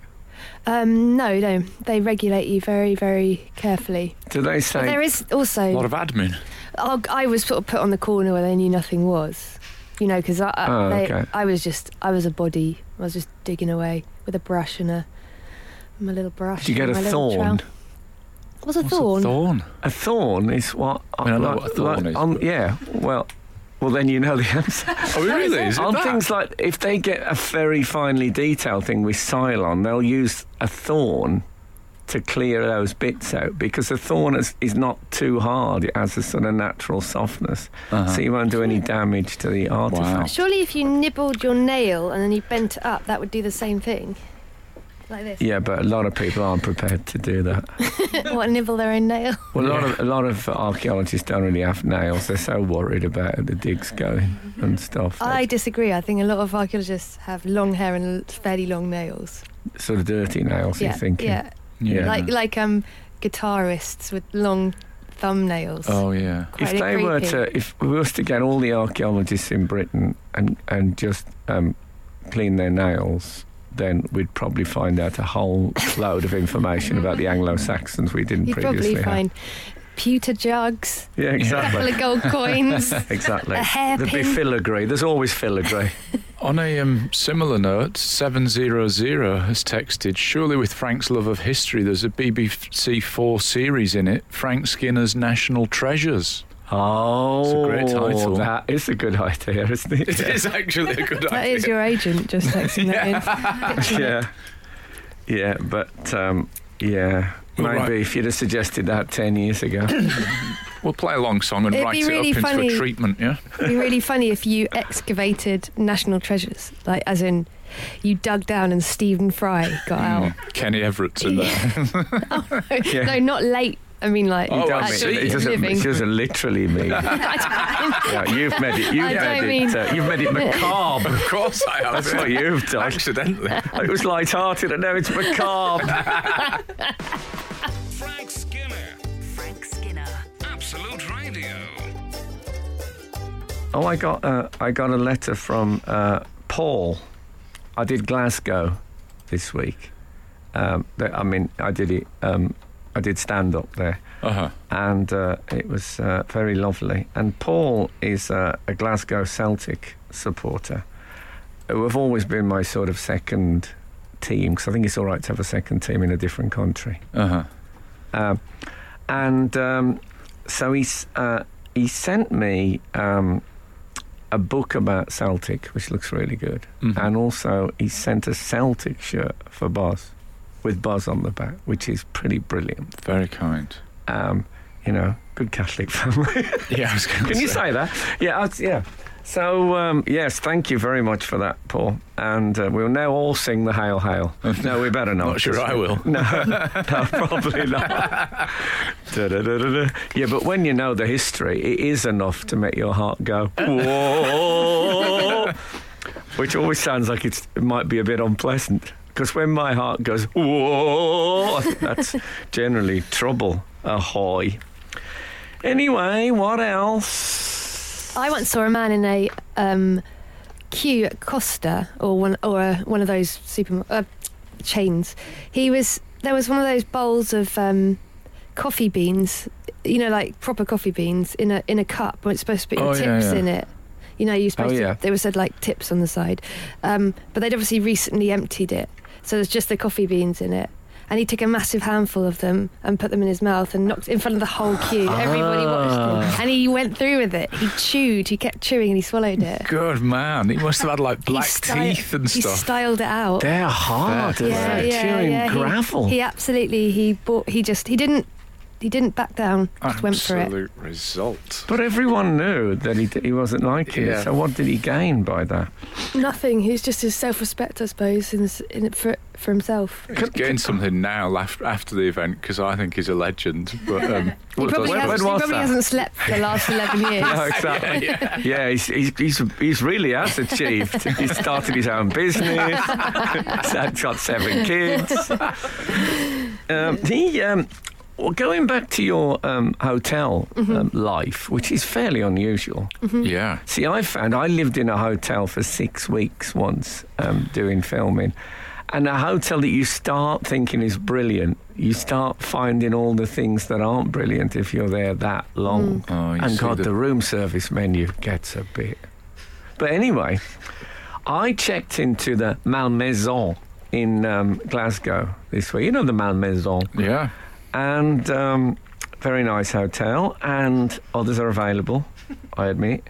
Um, no, no, they regulate you very, very carefully. Do they But say there is a lot also. of admin. I I was sort of put on the corner where they knew nothing was, you know, because I, I, Oh, they- okay. I was just, I was a body. I was just digging away with a brush and a my little brush. Did you get and a my little trowel. thorn? It was a What's thorn. A thorn. A thorn is what. I mean, I know what a thorn is, On, but- yeah. Well, well, then you know the answer. Oh, really? Is it on that? things like if they get a very finely detailed thing with Cylon, they'll use a thorn to clear those bits out because a thorn is, is not too hard. It has a sort of natural softness, Uh-huh. so you won't do any damage to the artifact. Surely, if you nibbled your nail and then you bent it up, that would do the same thing. Like this. Yeah, but a lot of people aren't prepared to do that. what, nibble their own nail? Well, a lot of a lot of archaeologists don't really have nails. They're so worried about the digs going and stuff. They I disagree. I think a lot of archaeologists have long hair and fairly long nails. sort of dirty nails. yeah, You're thinking. yeah. Yeah. Like like um, guitarists with long thumbnails. oh, yeah. Quite if they were creepy. to, if we was to get all the archaeologists in Britain and and just um, clean their nails, then we'd probably find out a whole load of information about the Anglo-Saxons we didn't you'd previously probably find pewter jugs, have. Yeah, couple exactly, of gold coins, exactly. a There'd be hairpin. filigree. There's always filigree. On a um, similar note, 700 has texted Surely, with Frank's love of history, there's a BBC Four series in it Frank Skinner's National Treasures. Oh, great title. That is a good idea, isn't it? is actually a good That is your agent just texting that in. yeah, yeah, but um, yeah, Well, maybe right. if you'd have suggested that ten years ago. We'll play a long song and It'd write be it really up funny. into a treatment, yeah? It'd be really funny if you excavated national treasures, like as in you dug down and Stephen Fry got out. Mm. Kenny Everett's in there. Hmm. Yeah. No, not late. I mean, like Oh, don't I mean- see. actually It doesn't, living. it doesn't literally mean. yeah, you've made it. You've I don't made it. mean- Uh, you've made it macabre. of course I have. That's what you've done. Accidentally. It was light-hearted, and now it's macabre. Frank Skinner. Frank Skinner. Absolute Radio. oh, I got uh, I got a letter from uh, Paul. I did Glasgow this week, Um, that, I mean, I did it. Um, I did stand up there, Uh huh. and uh, it was uh, very lovely. And Paul is uh, a Glasgow Celtic supporter, who have always been my sort of second team because I think it's all right to have a second team in a different country. Uh huh. Um, and um, so he's, uh, he sent me um, a book about Celtic, which looks really good. Mhm. And also, he sent a Celtic shirt for Buzz, with Buzz on the back, which is pretty brilliant. Very kind. Um, you know, good Catholic family. Yeah, I was going Can you say that? Yeah, I, yeah. So, um, yes, thank you very much for that, Paul. And uh, we'll now all sing the Hail Hail. No, we better not. Not sure I will. No, no, probably not. Da-da-da-da-da. Yeah, but when you know the history, it is enough to make your heart go, whoa, which always sounds like it's, it might be a bit unpleasant. Because when my heart goes, whoa, that's generally trouble. Ahoy. Anyway, what else? I once saw a man in a um, queue at Costa or one or a, one of those super uh, chains. He was there was one of those bowls of um, coffee beans, you know, like proper coffee beans in a in a cup. Where it's supposed to be Oh, your yeah, tips yeah. in it. You know, you're supposed Oh, yeah. to. They were said like tips on the side, um, but they'd obviously recently emptied it, so there's just the coffee beans in it. And he took a massive handful of them and put them in his mouth and knocked in front of the whole queue. Everybody Ah. watched him. And he went through with it. He chewed, he kept chewing and he swallowed it. Good man. He must have had like He black sty- teeth and he stuff. styled it out. They're hard, Fair aren't play. they? Chewing yeah, he- gravel. He, absolutely he bought he just he didn't he didn't back down. Just went for it. Absolute result. But everyone knew that he, he wasn't liking Yeah. it. So what did he gain by that? Nothing. He's just his self-respect, I suppose, in, his- in it for for himself. He's getting something now af- after the event because I think he's a legend. But um, He probably, when- when hasn't, he was probably that? hasn't slept for the last eleven years. No, exactly. Yeah, he's, he's, he's, he's really has achieved. he's started his own business. he's got seven kids. Um, he, um, well, going back to your um, hotel um, life, which is fairly unusual. Mm-hmm. yeah, See, I found I lived in a hotel for six weeks once um, doing filming. And a hotel that you start thinking is brilliant, you start finding all the things that aren't brilliant if you're there that long. Oh, you and see God, the- the... room service menu gets a bit. But anyway, I checked into the Malmaison in um, Glasgow this week. You know the Malmaison? yeah. and um, very nice hotel. And others are available, I admit.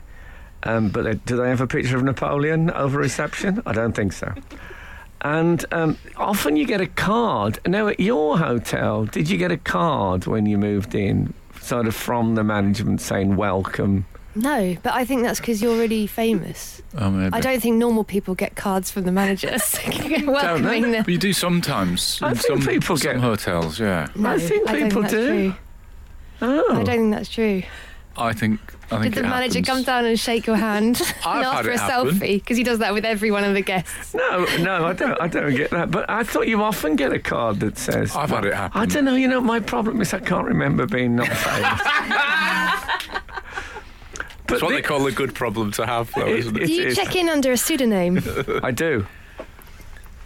Um, but they, do they have a picture of Napoleon over reception? I don't think so. And um, often you get a card. Now at your hotel, did you get a card when you moved in, sort of from the management saying welcome? No, but I think that's because you're really famous. Oh, maybe. I don't think normal people get cards from the managers welcoming them. But you do sometimes. I in think some, people some get- hotels. Yeah, No, I think don't people that's do. true. Oh, I don't think that's true. I think. I think Did the Oh. it manager happens. come down and shake your hand I've and ask had for a it happen. selfie? Because he does that with every one of the guests. No, no, I don't. I don't get that. But I thought you often get a card that says. I've had it happen. I don't know. You know, my problem is I can't remember being not famous. but It's what thi- they call a good problem to have, though, It- isn't it? it- Do you is. check in under a pseudonym? I do.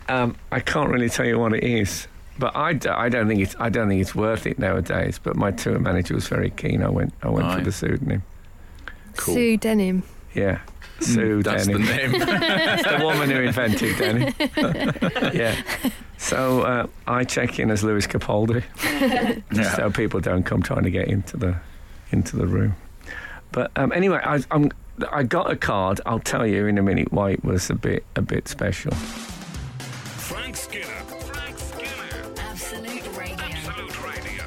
Um, I can't really tell you what it is, but I, d- I don't think it's I don't think it's worth it nowadays. But my tour manager was very keen. I went I went for Aye. the pseudonym. Cool. Pseudonym. Yeah, Sue Mm, That's Denny. the name. the woman who invented Denny. yeah. So uh, I check in as Lewis Capaldi. yeah. so people don't come trying to get into the into the room. But um, anyway, I, I'm, I got a card. I'll tell you in a minute why it was a bit a bit special. Frank Skinner. Frank Skinner. Absolute Radio. Absolute Radio.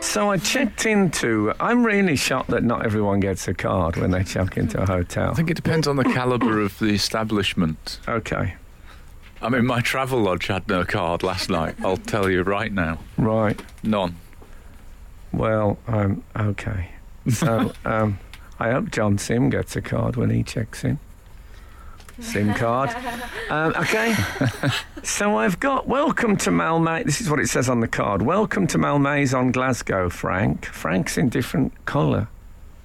So I checked into. I'm really shocked that not everyone gets a card when they check into a I hotel. think it depends on the caliber of the establishment. Okay, I mean, my travel lodge had no card last night. I'll tell you right now, right. none. Well, um, okay. So um, I hope John Sim gets a card when he checks in. Sim card. Um, okay. so I've got welcome to Malmay. This is what it says on the card. Welcome to Malmays on Glasgow, Frank. Frank's in different colour.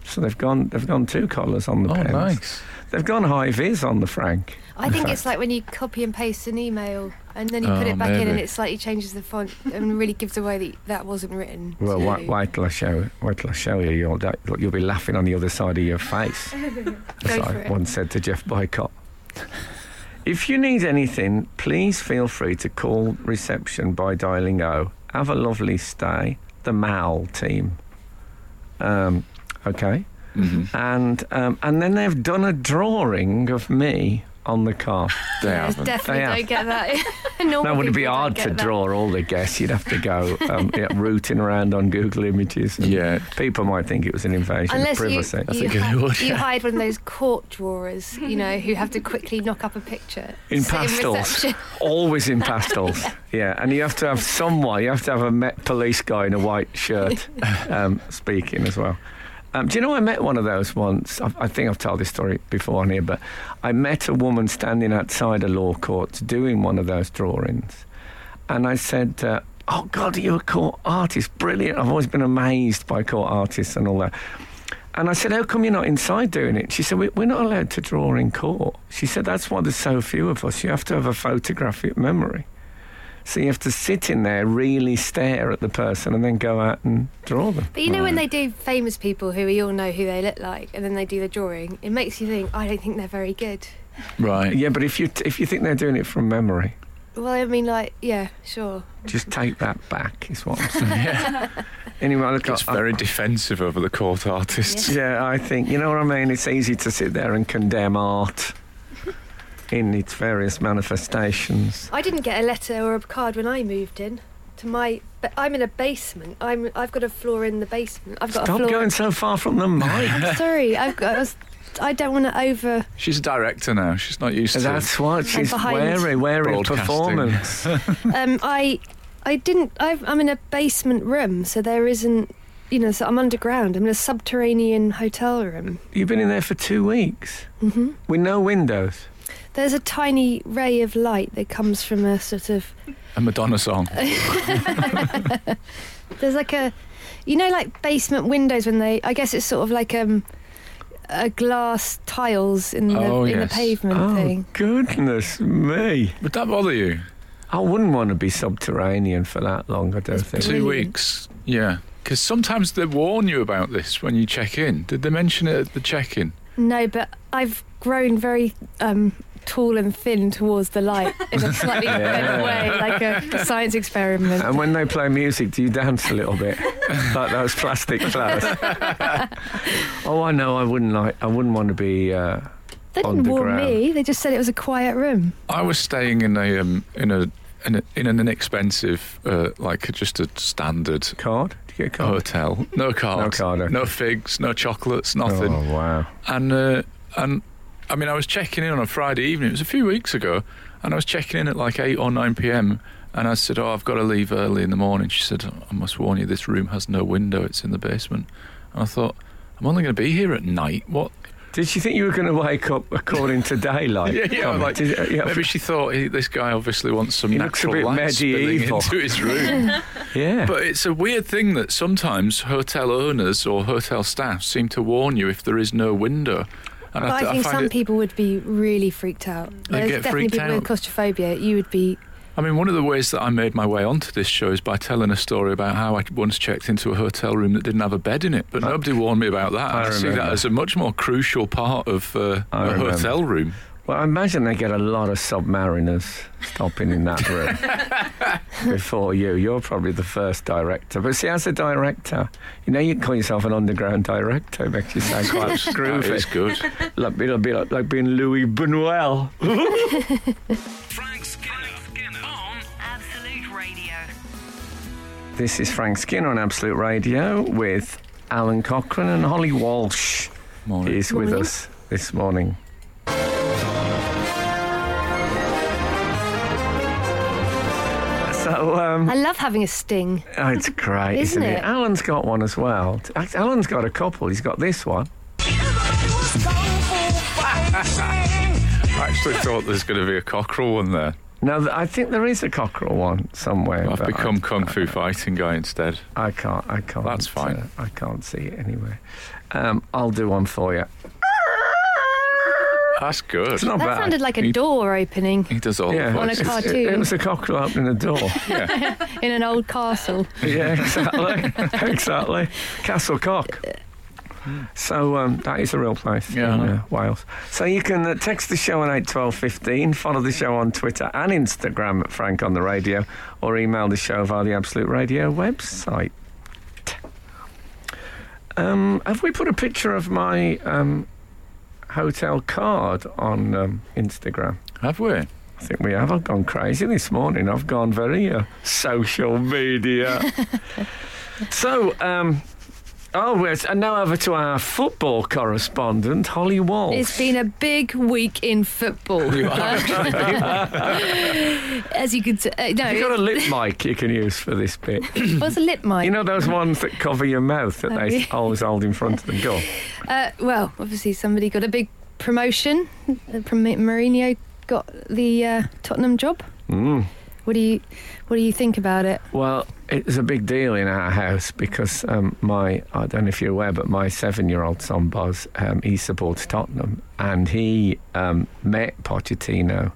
So they've gone. They've gone two collars on the Oh, pens. nice. They've gone high vis on the Frank. I think it's like when you copy and paste an email and then you put Oh, it back in and maybe. it slightly changes the font and really gives away that that wasn't written. Well, So- wait, wait till I show it. Wait till I show you. You'll, da- you'll be laughing on the other side of your face. as Go I for it. once said to Jeff Boycott. If you need anything, please feel free to call reception by dialing O. Have a lovely stay. The Mal team. Um, okay. Mm-hmm. And um, and then they've done a drawing of me on the car. They I haven't. definitely They don't have. get that. Normal Oh, That would people be don't hard Oh, get to that. draw all the guess. You'd have to go um, yeah, rooting around on Google Images. and Yeah. People might think it was an invasion Unless of privacy. you, I you, think it hi- would, you yeah. hired one of those court drawers, you know, who have to quickly knock up a picture in Sit pastels, reception. always in pastels. yeah. and you have to have someone. You have to have a Met police guy in a white shirt um, speaking as well. Um, do you know I met one of those once? I, I think I've told this story before on here, but I met a woman standing outside a law court doing one of those drawings, and I said. Uh, Oh God, are you a court artist? Brilliant! I've always been amazed by court artists and all that. And I said, How come you're not inside doing it? She said, "We- We're not allowed to draw in court. She said, That's why there's so few of us. You have to have a photographic memory. So you have to sit in there, really stare at the person, and then go out and draw them. But you know when they do famous people who we all know who they look like, and then they do the drawing, it makes you think. I don't think they're very good. Right. Yeah, but if you, if you think they're doing it from memory, Well, I mean, like, yeah, sure. just take that back, is what I'm saying. yeah. Anyway, I look, It's I- I- very defensive over the court artists. Yeah, I think you know what I mean. It's easy to sit there and condemn art in its various manifestations. I didn't get a letter or a card when I moved in to my. But I'm in a basement. I'm. I've got a floor in the basement. I've got Stop a floor. going so far from the mic. Sorry, I've got. I, was, I don't want to over. She's a director now. She's not used to. That's what she's behind wary, wary of broadcasting. performance. Um, I. I didn't. I've, I'm in a basement room, so there isn't. You know, so I'm underground. I'm in a subterranean hotel room. You've been in there for two weeks hmm with no windows. There's a tiny ray of light that comes from a sort of a Madonna song. There's like a, you know, like basement windows when they. I guess it's sort of like um, a glass tiles in the Oh, in the yes. pavement Oh thing. goodness me! Would that bother you? I wouldn't want to be subterranean for that long. I don't think. Two Brilliant. weeks. Yeah. Because sometimes they warn you about this when you check in. Did they mention it at the check in? No, but I've grown very um tall and thin towards the light in a slightly different way, like a science experiment. And when they play music, do you dance a little bit like those plastic flowers? oh, I know. I wouldn't like. I wouldn't want to be. Uh, they didn't warn underground. me. They just said it was a quiet room. I was staying in a um, in a in, a, in an inexpensive uh, like just a standard card? Do you get Oh, a card? hotel. No card. card, okay. No figs. No chocolates. Nothing. Oh wow! and uh, and I mean, I was checking in on a Friday evening. It was a few weeks ago, and I was checking in at like eight or nine p.m. And I said, "Oh, I've got to leave early in the morning." She said, "I must warn you, this room has no window. It's in the basement." And I thought, "I'm only going to be here at night. What?" Did you think you were going to wake up according to daylight? Yeah, yeah, Comment? like, Did- uh, yeah. Maybe she thought he, this guy obviously wants some He looks a natural bit light spilling medieval. into his room. yeah. but it's a weird thing that sometimes hotel owners or hotel staff seem to warn you if there is no window. And But I think find some it- people would be really freaked out. They'd There's get definitely freaked people out. with claustrophobia. You would be. I mean, one of the ways that I made my way onto this show is by telling a story about how I once checked into a hotel room that didn't have a bed in it, but nobody warned me about that. I I, see that remember. as a much more crucial part of uh, a I remember. hotel room. Well, I imagine they get a lot of submariners stopping in that room before you. You're probably the first director. But see, as a director, you know, you can call yourself an underground director. It makes you sound quite That is groovy. good. Like, it'll be like, like being Louis Bunuel. Frank Skinner, on Absolute Radio. This is Frank Skinner on Absolute Radio with Alan Cochrane and Holly Walsh Morning. is with us this morning. So, um, I love having a sting. Oh, it's great, isn't, Isn't it? it? Alan's got one as well. Act- Alan's got a couple. He's got this one. I actually thought there's going to be a cockerel one there. Now, th- I think there is a cockerel one somewhere. I've but become I, kung fu fighting guy instead. I can't. I can't. That's fine. uh, I can't see it anywhere. Um, I'll do one for you. That's good. It's not That bad. sounded like a You- door opening He does all yeah, the On a voices. card. it's- It, it was a cockerel opening a door. Yeah. in an old castle. yeah, exactly. exactly. Castle Cock. So um, that is a real place Yeah. in uh, Wales. So you can uh, text the show on 81215, follow the show on Twitter and Instagram at Frank on the Radio, or email the show via the Absolute Radio website. Um, have we put a picture of my um, hotel card on um, Instagram? Have we? I think we have. I've gone crazy this morning. I've gone very uh, social media. so, um, oh, we're- and now over to our football correspondent, Holly Walsh. It's been a big week in football. As you could, t- uh, no, Have you got a lip mic you can use for this bit? it was a lip mic. You know those ones that cover your mouth that Oh, yeah. they always hold in front of the goal? Uh, well, obviously somebody got a big promotion. Uh, Prom- Mourinho got the uh, Tottenham job. Mm. What do you What do you think about it? Well, it was a big deal in our house because um, my, I don't know if you're aware, but my seven year old son Boz, um, he supports Tottenham and he um, met Pochettino.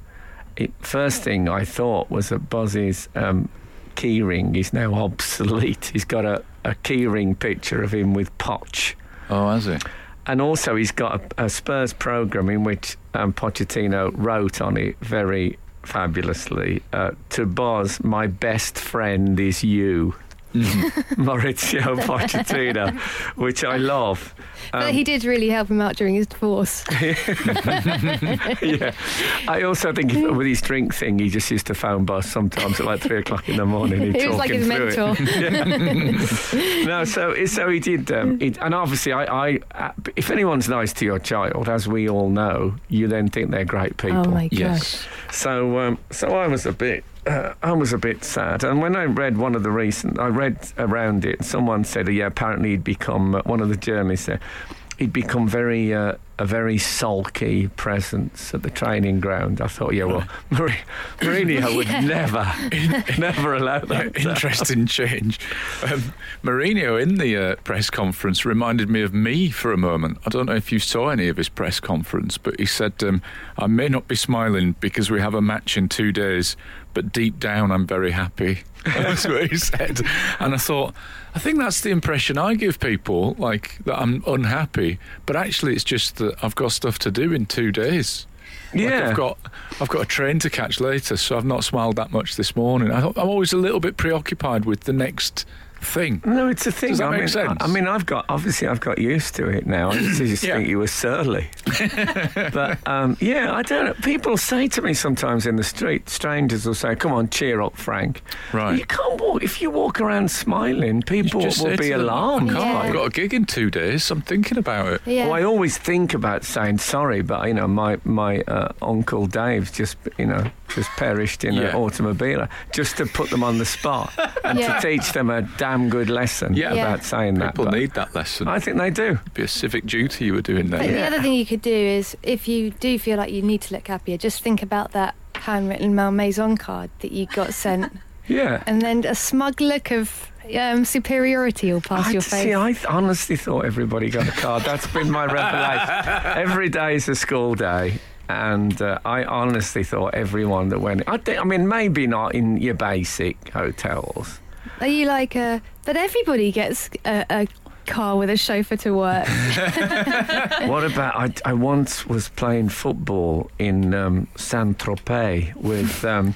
It, first thing I thought was that Boz's um, key ring is now obsolete. He's got a, a key ring picture of him with Poch. Oh, has he? And also, he's got a, a Spurs program in which um, Pochettino wrote on it very fabulously uh, to Boz, my best friend is you. Mm-hmm. Maurizio Pochettino, which I love. but Um, he did really help him out during his divorce. yeah. I also think if, with his drink thing, he just used to phone Boz sometimes at like three o'clock in the morning. He'd he was talk like him his through it. mentor. no, so so he did, um, it, and obviously, I, I, uh, if anyone's nice to your child, as we all know, you then think they're great people. oh my gosh! Yes. So, um, so I was a bit, uh, I was a bit sad. And when I read one of the recent, I read around it. Someone said, yeah, apparently he'd become uh, one of the journalists there. He'd become very uh, a very sulky presence at the training ground. I thought, yeah, well, Mar- Mourinho would never, never allow that. Interesting change. Um, Mourinho in the uh, press conference reminded me of me for a moment. I don't know if you saw any of his press conference, but he said, um, I may not be smiling because we have a match in two days, but deep down I'm very happy. that's what he said. And I thought, I think that's the impression I give people, like that I'm unhappy, but actually it's just that I've got stuff to do in two days. Like, Yeah. I've got I've got a train to catch later, so I've not smiled that much this morning. I, I'm always a little bit preoccupied with the next thing. No, it's a thing. Does that I make mean, sense? I, I mean, I've got obviously I've got used to it now. I used to just Yeah. think you were surly, but um, yeah, I don't. know. People say to me sometimes in the street, strangers will say, "Come on, cheer up, Frank." Right. You can't walk if you walk around smiling. People Just say will to be them, alarmed. I can't, Yeah. I've got a gig in two days. I'm thinking about it. Yeah. Well, I always think about saying sorry, but you know, my my uh, uncle Dave's just you know just perished in an Yeah. automobile, just to put them on the spot and Yeah. to teach them a damn good lesson Yeah. Yeah. about saying that. People but need that lesson. I think they do. It'd be a civic duty you were doing But there. the other thing you could do is, if you do feel like you need to look happier, just think about that handwritten Malmaison card that you got sent, Yeah. and then a smug look of um, superiority will pass I, your face. see, I th- honestly thought everybody got a card. That's been my revelation. Every day is a school day. And uh, I honestly thought everyone that went, I, think, I mean, maybe not in your basic hotels. Are you like a? But everybody gets a, a car with a chauffeur to work. what about? I, I once was playing football in um, Saint Tropez with, um,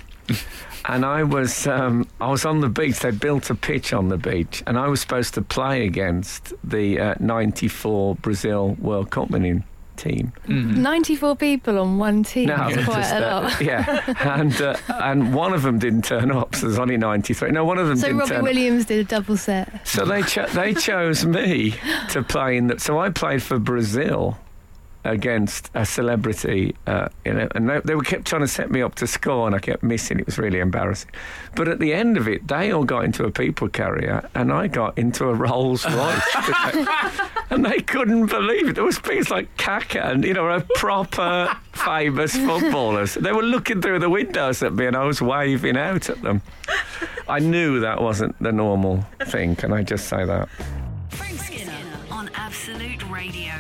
and I was um, I was on the beach. They built a pitch on the beach, and I was supposed to play against the uh, '94 Brazil World Cup winning team. Mm. Ninety-four people on one team. No, That's quite just, a uh, lot. yeah, and uh, and one of them didn't turn up. So there's only 93. No, one of them So didn't Robbie turn up. Williams did a double set. So they cho- they chose me to play in. The- so I played for Brazil against a celebrity, uh, you know, and they, they were kept trying to set me up to score, and I kept missing. It was really embarrassing. But at the end of it, they all got into a people carrier, and I got into a Rolls Royce. and they couldn't believe it. There was things like Kaka and you know a proper famous footballers. They were looking through the windows at me, and I was waving out at them. I knew that wasn't the normal thing. Can I just say that? Frank Skinner on Absolute Radio.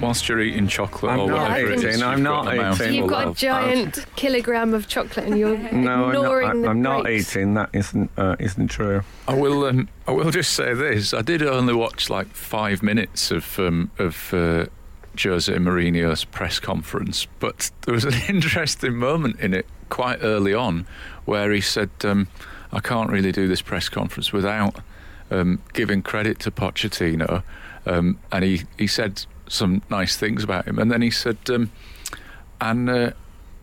Whilst you're eating chocolate I'm or not whatever it is, eating, you've I'm got not a mouthful eating. You've got a of- giant kilogram of chocolate and you're No, ignoring I'm the not, I'm not breaks. eating. That isn't uh, isn't true. I will. Um, I will just say this: I did only watch like five minutes of um, of uh, Jose Mourinho's press conference, but there was an interesting moment in it quite early on where he said, um, "I can't really do this press conference without um, giving credit to Pochettino," um, and he he said some nice things about him, and then he said, um, "And." Uh,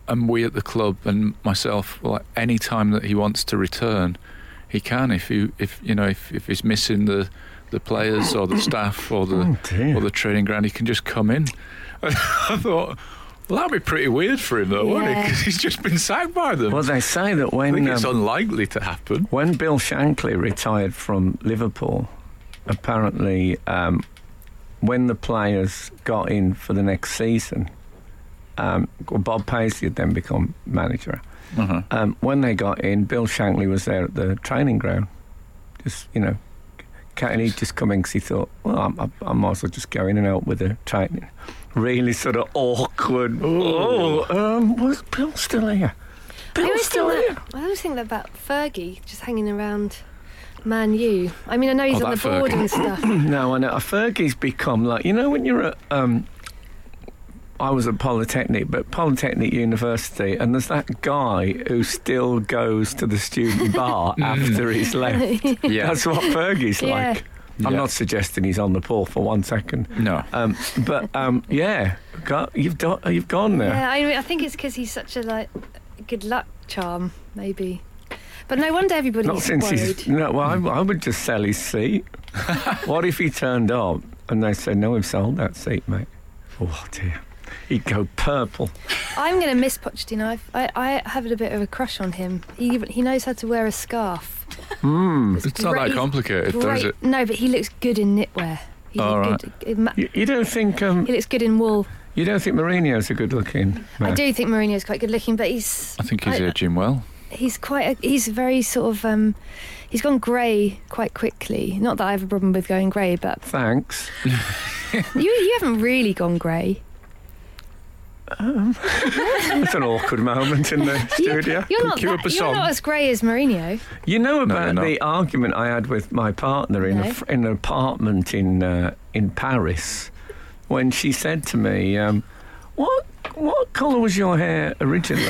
and we at the club and myself, like any time that he wants to return, he can if you if you know if, if he's missing the the players or the staff or the Oh, dear. or the training ground, he can just come in. And I thought, well, that'd be pretty weird for him, though, wouldn't it? Yeah. Because he's just been sacked by them. Well, they say that I when think it's um, unlikely to happen. When Bill Shankly retired from Liverpool, apparently, um, when the players got in for the next season, um, well, Bob Paisley had then become manager. Uh-huh. Um, when they got in, Bill Shankly was there at the training ground. Just, you know, ca- and he'd just come in because he thought, well, I'm- I, I might as well just go in and out with the training. Really sort of awkward. Oh, um, was Bill still here? I Bill's always, still think here. that, I always think that about Fergie just hanging around Man U. I mean, I know he's Oh, on the that board Fergie. and stuff. No, I know. Fergie's become like you know when you're at. Um, I was at Polytechnic, but Polytechnic University, and there's that guy who still goes to the student bar after he's left. Yeah. That's what Fergie's Yeah. like. I'm Yeah. not suggesting he's on the poor for one second, no. um, but um, yeah, go- you've do- you've gone there. yeah, I, mean, I think it's because he's such a like good luck charm, maybe. But no wonder everybody's Not since worried. he's. No, well, I, I would just sell his seat. what if he turned up and they said, "No, we've sold that seat, mate." Oh dear, he'd go purple. I'm going to miss Pochettino. I've, I, I have a bit of a crush on him. He he knows how to wear a scarf. Hmm. It's, not that great- complicated, though, is Great. it? No, but he looks good in knitwear. He, All look good, ma- You, you don't think um, he looks good in wool. you don't think Mourinho's a good looking man? I do think Mourinho's quite good looking, but he's I think he's I- aging well. he's quite a, he's very sort of um he's gone grey quite quickly. Not that I have a problem with going grey, but Thanks. you you haven't really gone grey. It's an awkward moment in the studio. You're not Cue up that, a you're song. not as grey as Mourinho. You know No, about you're the argument I had with my partner in, a No. fr in an apartment in uh, in Paris when she said to me, um, "What what colour was your hair originally?"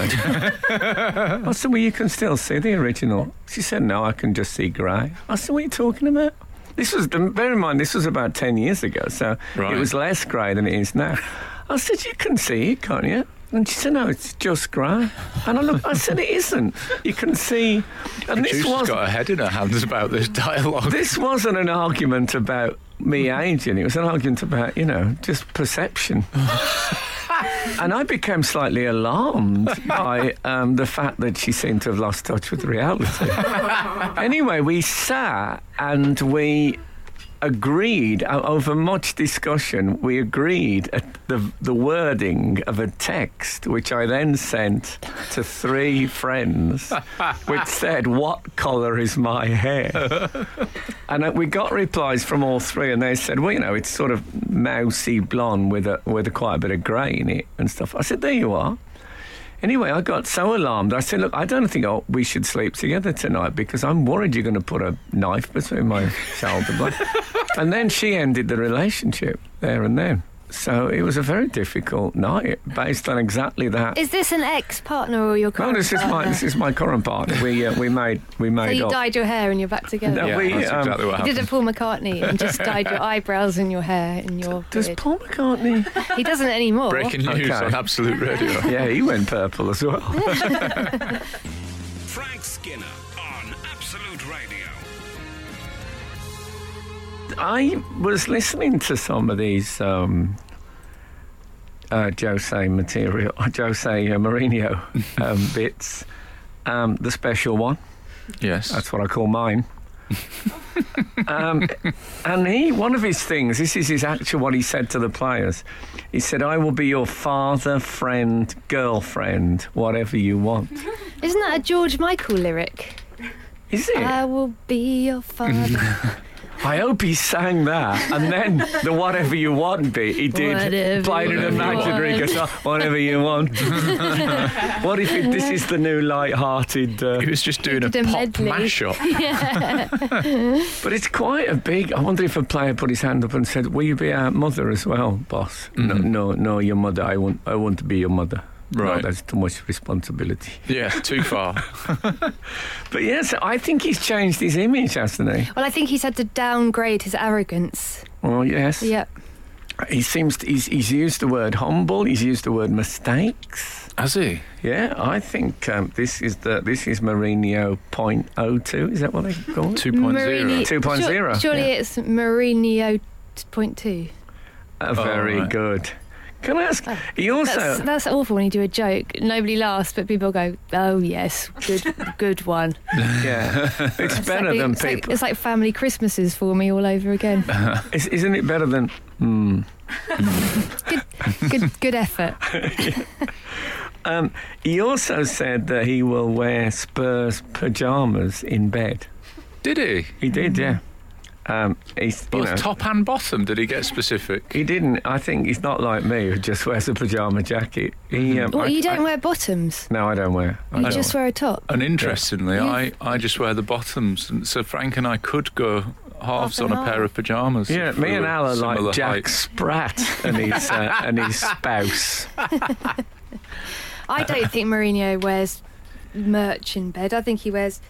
I said, "Well, you can still see the original." She said, "No, I can just see grey." I said, "What are you talking about?" This was the, bear in mind this was about ten years ago, so Right. it was less grey than it is now. I said, "You can see it, can't you?" And she said, "No, it's just grey." And I look, I said, "It isn't. You can see." And this Producer's was got her head in her hands about this dialogue. this wasn't an argument about me aging. It was an argument about, you know, just perception. and I became slightly alarmed by um, the fact that she seemed to have lost touch with reality. anyway, we sat and we agreed o- over much discussion we agreed at the the wording of a text which i then sent to three friends which said what color is my hair and uh, we got replies from all three, and they said, "Well, you know, it's sort of mousy blonde with a with a quite a bit of grey in it and stuff." I said, "There you are." Anyway, I got so alarmed. I said, "Look, I don't think i we should sleep together tonight because I'm worried you're going to put a knife between my shoulder blade." and then she ended the relationship there and then. So it was a very difficult night based on exactly that. Is this an ex partner or your well, current this is my partner? this is my current partner. We uh, we made we so made you up. dyed your hair and you're back together. No, yeah, we, that's um, exactly what You happened. did a Paul McCartney and just dyed your eyebrows and your hair and your Does beard. Paul McCartney? He doesn't anymore. Breaking news Okay. on Absolute Radio. yeah, he went purple as well. Frank Skinner on Absolute Radio. I was listening to some of these um, uh, Jose material, Jose uh, Mourinho um, bits. Um, the special one, Yes. that's what I call mine. um, and he, one of his things, this is his actual what he said to the players. He said, "I will be your father, friend, girlfriend, whatever you want." Isn't that a George Michael lyric? Is it? I will be your father, I hope he sang that, and then the whatever you want bit he did Whatever played an you imaginary want. guitar. "Oh, Whatever you want. what if it, this is the new light-hearted? Uh, He was just doing a did a pop medley. mashup. But it's quite a big. I wonder if a player put his hand up and said, "Will you be our mother as well, boss?" Mm. No, no, no, your mother. I want. I want to be your mother. No, Right. that's too much responsibility. yeah, too far. But yes, I think he's changed his image, hasn't he? Well, I think he's had to downgrade his arrogance. Oh yes. Yep. He seems. To, he's, he's used the word humble. He's used the word mistakes. Has he? Yeah, I think um, this is the this is Mourinho point oh two. Is that what they call it? 2.0. Marini- 2.0, Sur- Surely yeah. it's Mourinho t- point two. Uh, very right. good. Can I ask? Oh, He also. That's, that's awful when you do a joke. Nobody laughs, but people go, "Oh yes, good, good one." yeah, it's better like- than it's like- people. it's like family Christmases for me all over again. Is, isn't it better than? Hmm. good, good effort. Um, he also said that he will wear Spurs pajamas in bed. Did he? He Mm-hmm. did, yeah. Um, he's, you Both know, top and bottom. Did he get specific? he didn't. I think he's not like me, who just wears a pajama jacket. He, um, Well, I- you don't I- wear bottoms. No, I don't wear. I You don't just wear. wear a top. And interestingly, Yeah. I, I just wear the bottoms, and so Frank and I could go halves Half and on a pair half. of pajamas. Yeah, if me we and were Al are similar like Jack heights. Sprat and his uh, and his spouse. I don't think Mourinho wears merch in bed. I think he wears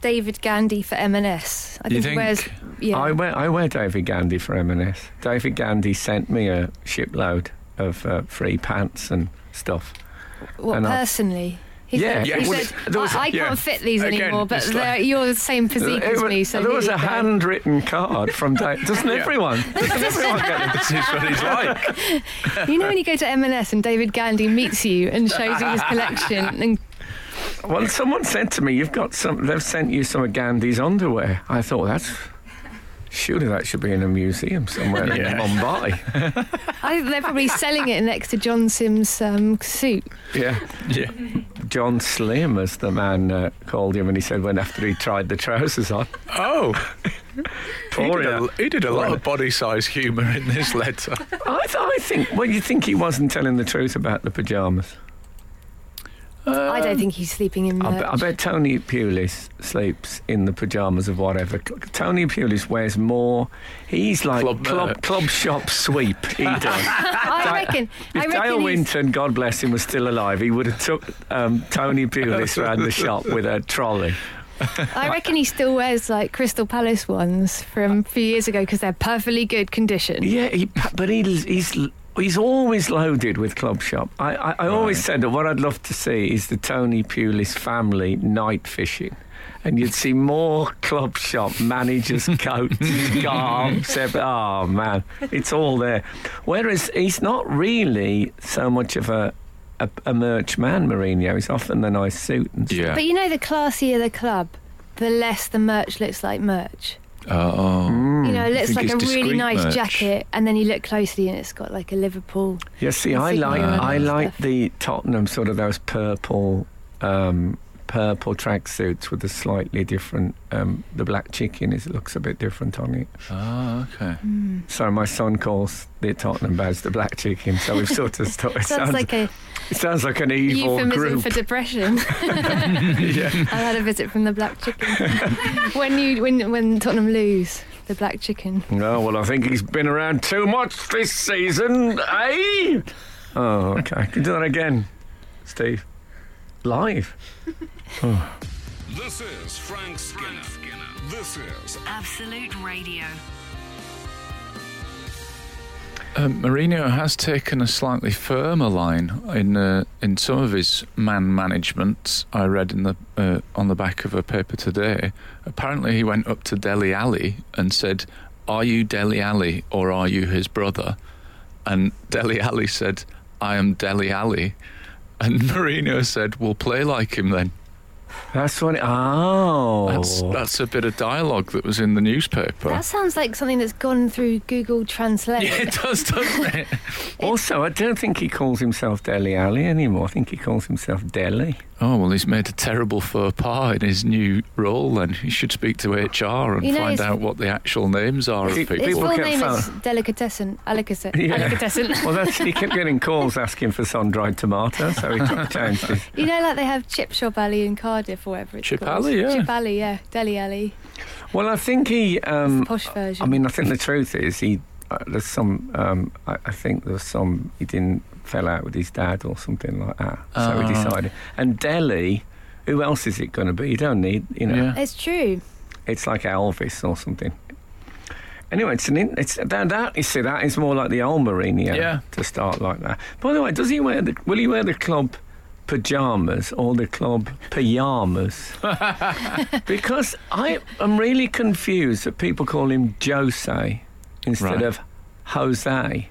David Gandy for M&S. I You he think? wears. Yeah. I wear I wear David Gandy for M&S. David Gandy sent me a shipload of uh, free pants and stuff. What And I- personally? He Yeah, said, yeah, he well, said, there was- I, I yeah. can't fit these Again, anymore, but it's like- they're, you're the same physique It as wa- me. So there was here a you go. handwritten card from David. Doesn't Yeah. everyone? Doesn't everyone get them? this is what he's like. You know when you go to M&S and David Gandy meets you and shows you his collection, and Well, someone said to me, "You've got some. They've sent you some of Gandhi's underwear." I thought that's. Surely that should be in a museum somewhere in Yeah. Mumbai. I, they're probably selling it next to John Sims' um, suit. Yeah, Yeah. John Slim, as the man uh, called him, and he said when after he tried the trousers on, Oh, he Poor did, a, Ian. he did a Poor lot Ian. of body size humour in this letter. I, th- I think. Well, you think he wasn't telling the truth about the pajamas? I don't think he's sleeping in Um, I, merch. bet I bet Tony Pulis sleeps in the pajamas of whatever. Cl- Tony Pulis wears more. He's like Club uh, club club, merch. shop sweep. He does. I Dale- reckon. If I Dale reckon he's- Winton, God bless him, was still alive, he would have took um, Tony Pulis round the shop with a trolley. I reckon he still wears like Crystal Palace ones from a few years ago because they're perfectly good condition. Yeah, he, but he, he's he's always loaded with club shop. I, I, I always said that what I'd love to see is the Tony Pulis family night fishing. And you'd see more club shop managers' coats, scarves. ev- Oh man, it's all there. Whereas he's not really so much of a a, a merch man, Mourinho. He's often the nice suit and stuff. Yeah. But you know, the classier the club, the less the merch looks like merch. oh. Mm. you Hmm, know, it looks think like it's a really discreet nice merch. jacket, and then you look closely, and it's got like a Liverpool. Yeah, see, And I Sydney like and I stuff. like the Tottenham sort of those purple um, purple tracksuits with the slightly different um, the black chicken is looks a bit different on it. Oh, okay. Mm. So my son calls the Tottenham badge the black chicken. So we've sort of st- it Sounds sounds like a it sounds like an evil euphemism group. for depression. yeah. I had a visit from the black chicken when you when when Tottenham lose the black chicken. No, well I think he's been around too much this season, eh? Oh, okay. I can do that again, Steve. Live. This is Frank Skinner. This is Absolute Radio. Um, Mourinho has taken a slightly firmer line in uh, in some of his man management. I read in the uh, on the back of a paper today. Apparently, he went up to Deli Ali and said, "Are you Deli Ali or are you his brother?" And Deli Ali said, "I am Deli Ali," and Mourinho said, "We'll play like him then." That's what. It, oh, That's, that's a bit of dialogue that was in the newspaper. That sounds like something that's gone through Google Translate. yeah, it does, doesn't it? also, I don't think he calls himself Deli Ali anymore. I think he calls himself Deli. Oh, well, he's made a terrible faux pas in his new role, then. He should speak to HR and You know, find it's- out what the actual names are of It- people. His People full get name found- is Delicatessen. Alicatessen. Yeah. Alicatessen. Well, that's he kept getting calls asking for sun-dried tomato, so he ch- changed his. you know, like they have Chip Shop Alley in Cardiff or whatever it's Chip called. Alley, yeah. Chip Alley, yeah. Deli Alley. Well, I think he. Um, Posh version. I mean, I think the truth is he. Uh, there's some. Um, I, I think there's some. He didn't fell out with his dad or something like that. So Ah. he decided. And Delhi, who else is it going to be? You don't need. You know, Yeah. it's true. it's like Elvis or something. Anyway, it's an in, it's that, that you see that is more like the old Mourinho Yeah. to start like that. By the way, does he wear the will he wear the club pajamas or the club pajamas? because I am really confused that people call him Jose instead Right. of Jose.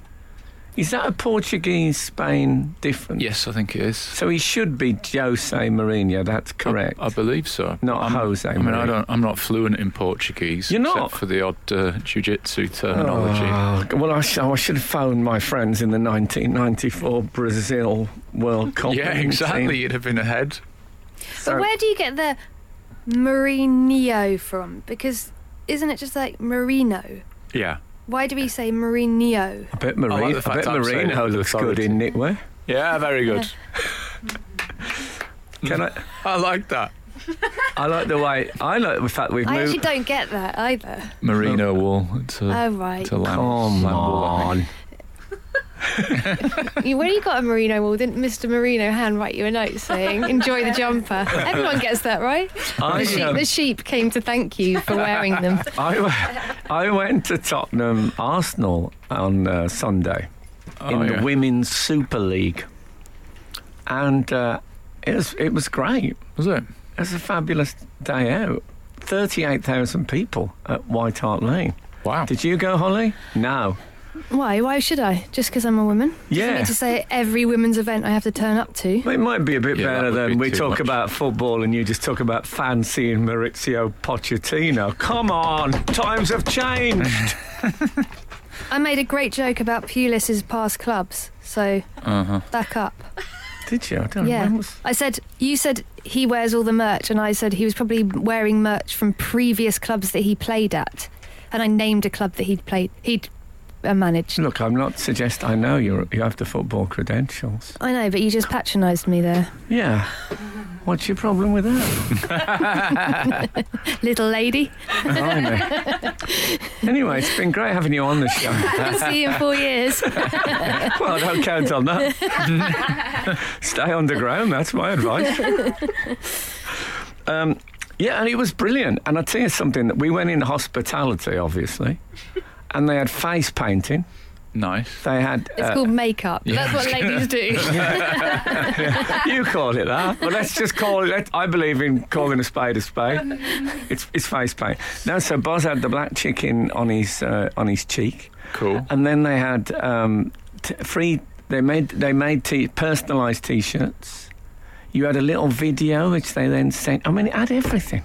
Is that a Portuguese Spain difference? Yes, I think it is. So he should be Jose Mourinho. That's correct. I, I believe so. Not I'm, Jose I mean, I Maria. don't, I'm not fluent in Portuguese. You're except not? for the odd uh, jiu-jitsu terminology. Oh, well, I, sh- I should have phoned my friends in the 1994 Brazil World Cup. yeah, team. exactly. You'd have been ahead. So- but where do you get the Mourinho from? Because isn't it just like Marino? Yeah. Why do we say Mourinho? I bet, I like Marino, the I fact bet I'm saying Marino it. looks good Authority. in knitwear. Yeah, very good. Can I? I like that. I like the way. I like the fact we've I moved. actually don't get that either. Merino wool. It's a, uh, Oh, right. it's a lamb, Come lamb wool, I on. think. You- when you got a merino wool, didn't Mr. Merino handwrite you a note saying, enjoy the jumper? Everyone gets that, right? I, The sheep, um, the sheep came to thank you for wearing them. I, w- I went to Tottenham Arsenal on uh, Sunday Uh, in Oh, the yeah. Women's Super League, and uh, it was it was great. Was it? It was a fabulous day out. Thirty-eight thousand people at White Hart Lane. Wow. Did you go, Holly? No. Why? Why should I? Just because I'm a woman? Yeah. I need to say at every women's event I have to turn up to. It might be a bit Yeah, that better would be than we too talk much. about football and you just talk about fancying Maurizio Pochettino. Come on, times have changed. I made a great joke about Pulis's past clubs, so uh-huh. back up. Did you? I don't Yeah. remember. I said, you said he wears all the merch, and I said he was probably wearing merch from previous clubs that he played at. And I named a club that he'd played, he'd uh, managed. Look, I'm not suggest. I know you you have the football credentials. I know, but you just patronised me there. Yeah. What's your problem with that? Little lady, Blimey. anyway, it's been great having you on the show. see you in four years. Well, don't count on that. Stay underground, that's my advice. um, yeah, and it was brilliant. And I'll tell you something that we went in hospitality, obviously, and they had face painting. Nice. They had. It's uh, called makeup. yeah. That's what ladies do. you call it that, but let's just call it. Let, I believe in calling a spade a spade. It's, it's face paint. No, so Boz had the black chicken on his uh, on his cheek. Cool. And then they had um, t- free. They made they made t- personalised T-shirts. You had a little video which they then sent. I mean, it had everything.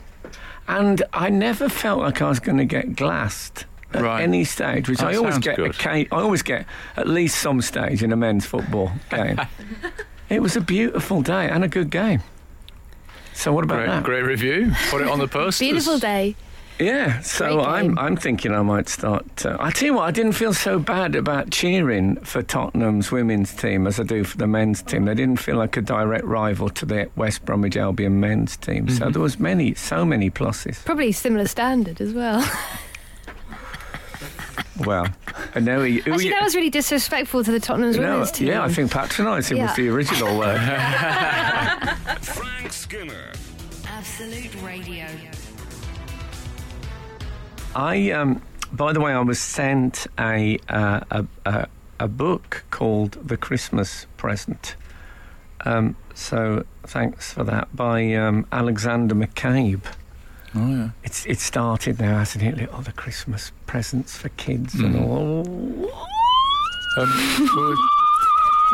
And I never felt like I was going to get glassed at Right. any stage, which That I always sounds get. good. Occa- I always get at least some stage in a men's football game. it was a beautiful day and a good game. So what about Great, that? great review. Put it on the post. Beautiful day. Yeah, so Great I'm game. I'm thinking I might start. Uh, I tell you what, I didn't feel so bad about cheering for Tottenham's women's team as I do for the men's team. They didn't feel like a direct rival to the West Bromwich Albion men's team. So there was many, so many pluses. Probably similar standard as well. Well, I know he, who Actually, you- that was really disrespectful to the Tottenham's no, women's team. yeah, I think patronising Yeah. was the original word. Frank Skinner. Absolute Radio. I, um, by the way, I was sent a, uh, a, a a book called The Christmas Present. Um, so thanks for that by um, Alexander McCabe. Oh, yeah. It's it started now, hasn't it? Little the Christmas presents for kids and all. Um, well,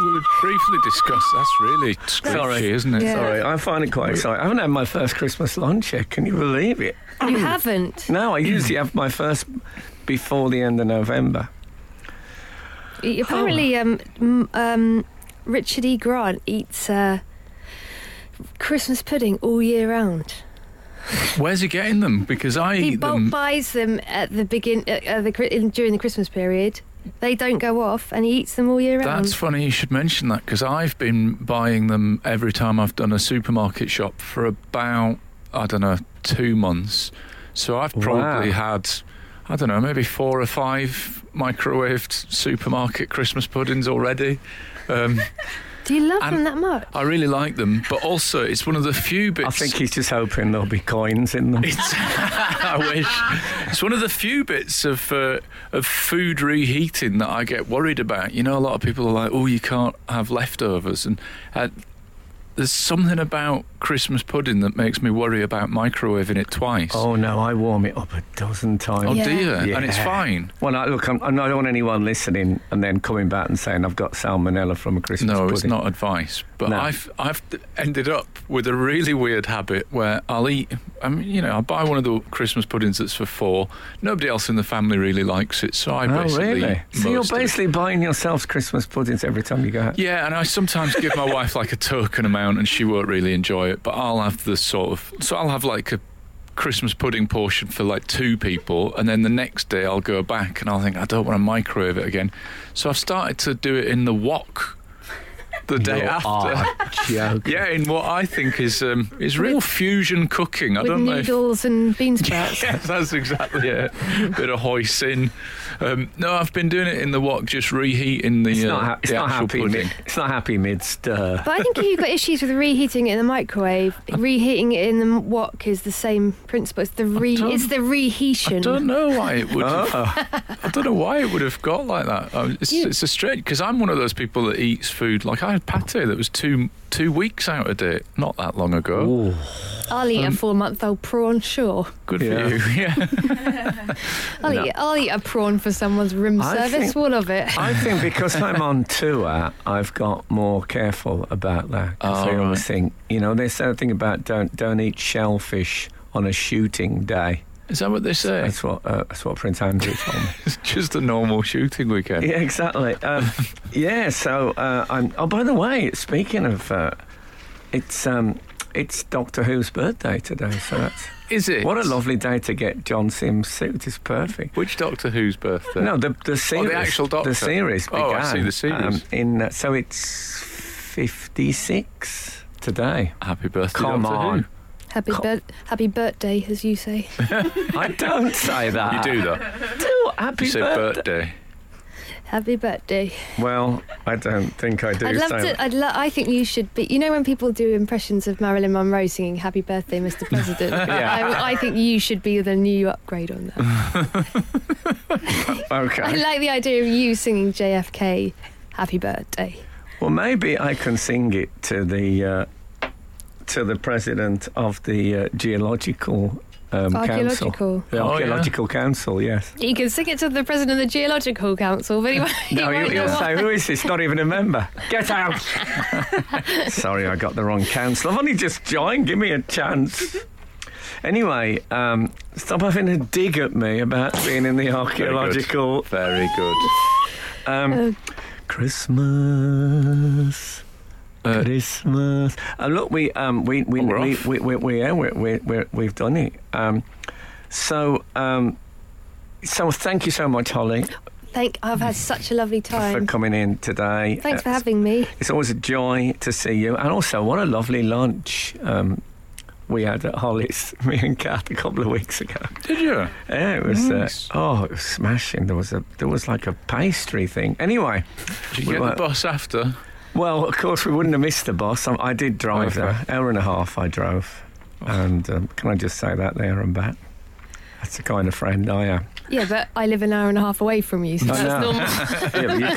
we would briefly discuss. That's really scratchy, Sorry. isn't it? Uh, Yeah. Sorry, I find it quite exciting. I haven't had my first Christmas lunch yet. Can you believe it? You haven't. No, I usually have my first before the end of November. Y- Apparently, um, m- um, Richard E. Grant eats uh, Christmas pudding all year round. Where's he getting them? Because I He eat bulk them. buys them at the begin uh, uh, the, Chri- in- during the Christmas period. They don't go off, and he eats them all year round. That's funny you should mention that because I've been buying them every time I've done a supermarket shop for about, I don't know, two months. So I've probably Wow. had, I don't know, maybe four or five microwaved supermarket Christmas puddings already. Um, Do you love and- them that much? I really like them, but also it's one of the few bits. I think he's just hoping there'll be coins in them. It's, I wish. It's one of the few bits of uh, of food reheating that I get worried about. You know, a lot of people are like, "Oh, you can't have leftovers," and uh, there's something about Christmas pudding that makes me worry about microwaving it twice. Oh no, I warm it up a dozen Oh times. Yeah. dear, and it's Yeah. fine. Well, I, look, I'm, I don't want anyone listening and then coming back and saying I've got salmonella from a Christmas No, pudding. it's not advice, but No. I've I've ended up with a really weird habit where I'll eat. I mean, you know, I buy one of the Christmas puddings that's for four. Nobody else in the family really likes it, so I Oh basically. really? eat So you're most of it. basically buying yourselves Christmas puddings every time you go out. Yeah, and I sometimes give my wife like a token amount, and she won't really enjoy it. But I'll have the sort of so I'll have like a Christmas pudding portion for like two people, and then the next day I'll go back and I'll think I don't want to microwave it again. So I've started to do it in the wok the day You after. are joking. Yeah, in what I think is um, is real fusion cooking. I With don't know. If, noodles and bean sprouts. yeah, that's exactly it. Bit of hoisin. Um, no, I've been doing it in the wok, just reheating the, It's uh, not, ha- it's the not actual happy. pudding. Mid, it's not happy mid stir. But I think if you've got issues with reheating it in the microwave, reheating it in the wok is the same principle. It's the re, don't- it's the reheating. I don't know why it would. Have, Oh. I don't know why it would have got like that. Um, It's, You- it's a strange because I'm one of those people that eats food. Like I had pate that was two two weeks out of date not that long ago. Ooh. I'll eat a four-month-old prawn, sure. Good Yeah. for you. Yeah. I'll, No. eat, I'll eat Oh, a prawn for someone's room I service, think- all of it. I think because I'm on tour, I've got more careful about that. 'cause Oh, I always right. think, you know, there's something about don't don't eat shellfish on a shooting day. Is that what they say? That's what uh, that's what Prince Andrew told me. It's just a normal shooting weekend. yeah, exactly. Um, yeah. So uh, I'm. Oh, by the way, speaking of, uh, it's um, it's Doctor Who's birthday today. So that's Is it? what a lovely day to get John Sims' suit. It's perfect. Which Doctor Who's birthday? No, the the series. Oh, actual Doctor. The series began. Oh, I see, the series. in uh, so it's fifty six today. Happy birthday, Come Doctor on. Who. Happy, Cop- bir- happy birthday, as you say. I don't say that. You do though. do. Happy You say birthday. birthday. Happy birthday. Well, I don't think I do. I'd love say to. that. I'd lo- I think you should be. You know when people do impressions of Marilyn Monroe singing "Happy Birthday, Mr. President." I, I think you should be the new upgrade on that. Okay. I like the idea of you singing JFK Happy Birthday. well, maybe I can sing it to the uh, to the president of the uh, geological um, council. Archaeological. The Oh, yeah. archaeological council. Yes. You can sing it to the president of the Geological Council, but he won't, he No, won't he'll, he'll know say, why. "Who is this? Not even a member. Get out!" Sorry, I got the wrong council. I've only just joined. Give me a chance. Anyway, um, stop having a dig at me about being in the archaeological Very good. um, Christmas. Uh, Christmas. Uh, look, we um, we we Oh, we're we off. we we we yeah, we we we we've done it. Um, so um, so thank you so much, Holly, Thank. I've had such a lovely for time. coming in today. Thanks for Uh, having me. It's always a joy to see you, and also what a lovely lunch um, we had at Holly's, me and Kath, a couple of weeks ago. Did you? Yeah, it was. Nice. Uh, oh, it was smashing. There was a there was like a pastry thing. Anyway, Did you We get were- the boss after? well, of course we wouldn't have missed the boss. I, I did drive Okay. there, hour and a half. I drove, and um, can I just say that there and back. That's the kind of friend I am. Yeah, but I live an hour and a half away from you, so I that's know. normal. Yeah, but you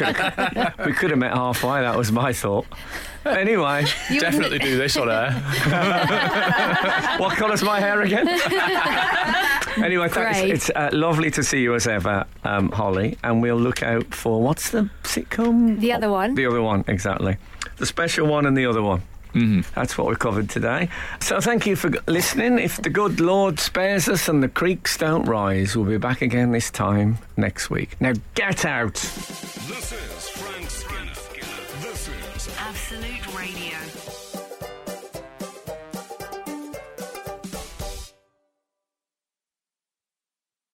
could've- we could have met halfway. That was my thought. Anyway, You wouldn't- Definitely do this on air. what colour's my hair again? Anyway, thanks. Great. It's uh, lovely to see you as ever, um, Holly. And we'll look out for what's the sitcom? The other one. The other one, exactly. The special one and the other one. Mm-hmm. That's what we covered today. So thank you for g- listening. If the good Lord spares us and the creeks don't rise, we'll be back again this time next week. Now get out. This is Frank Skinner. This is Absolute Radio.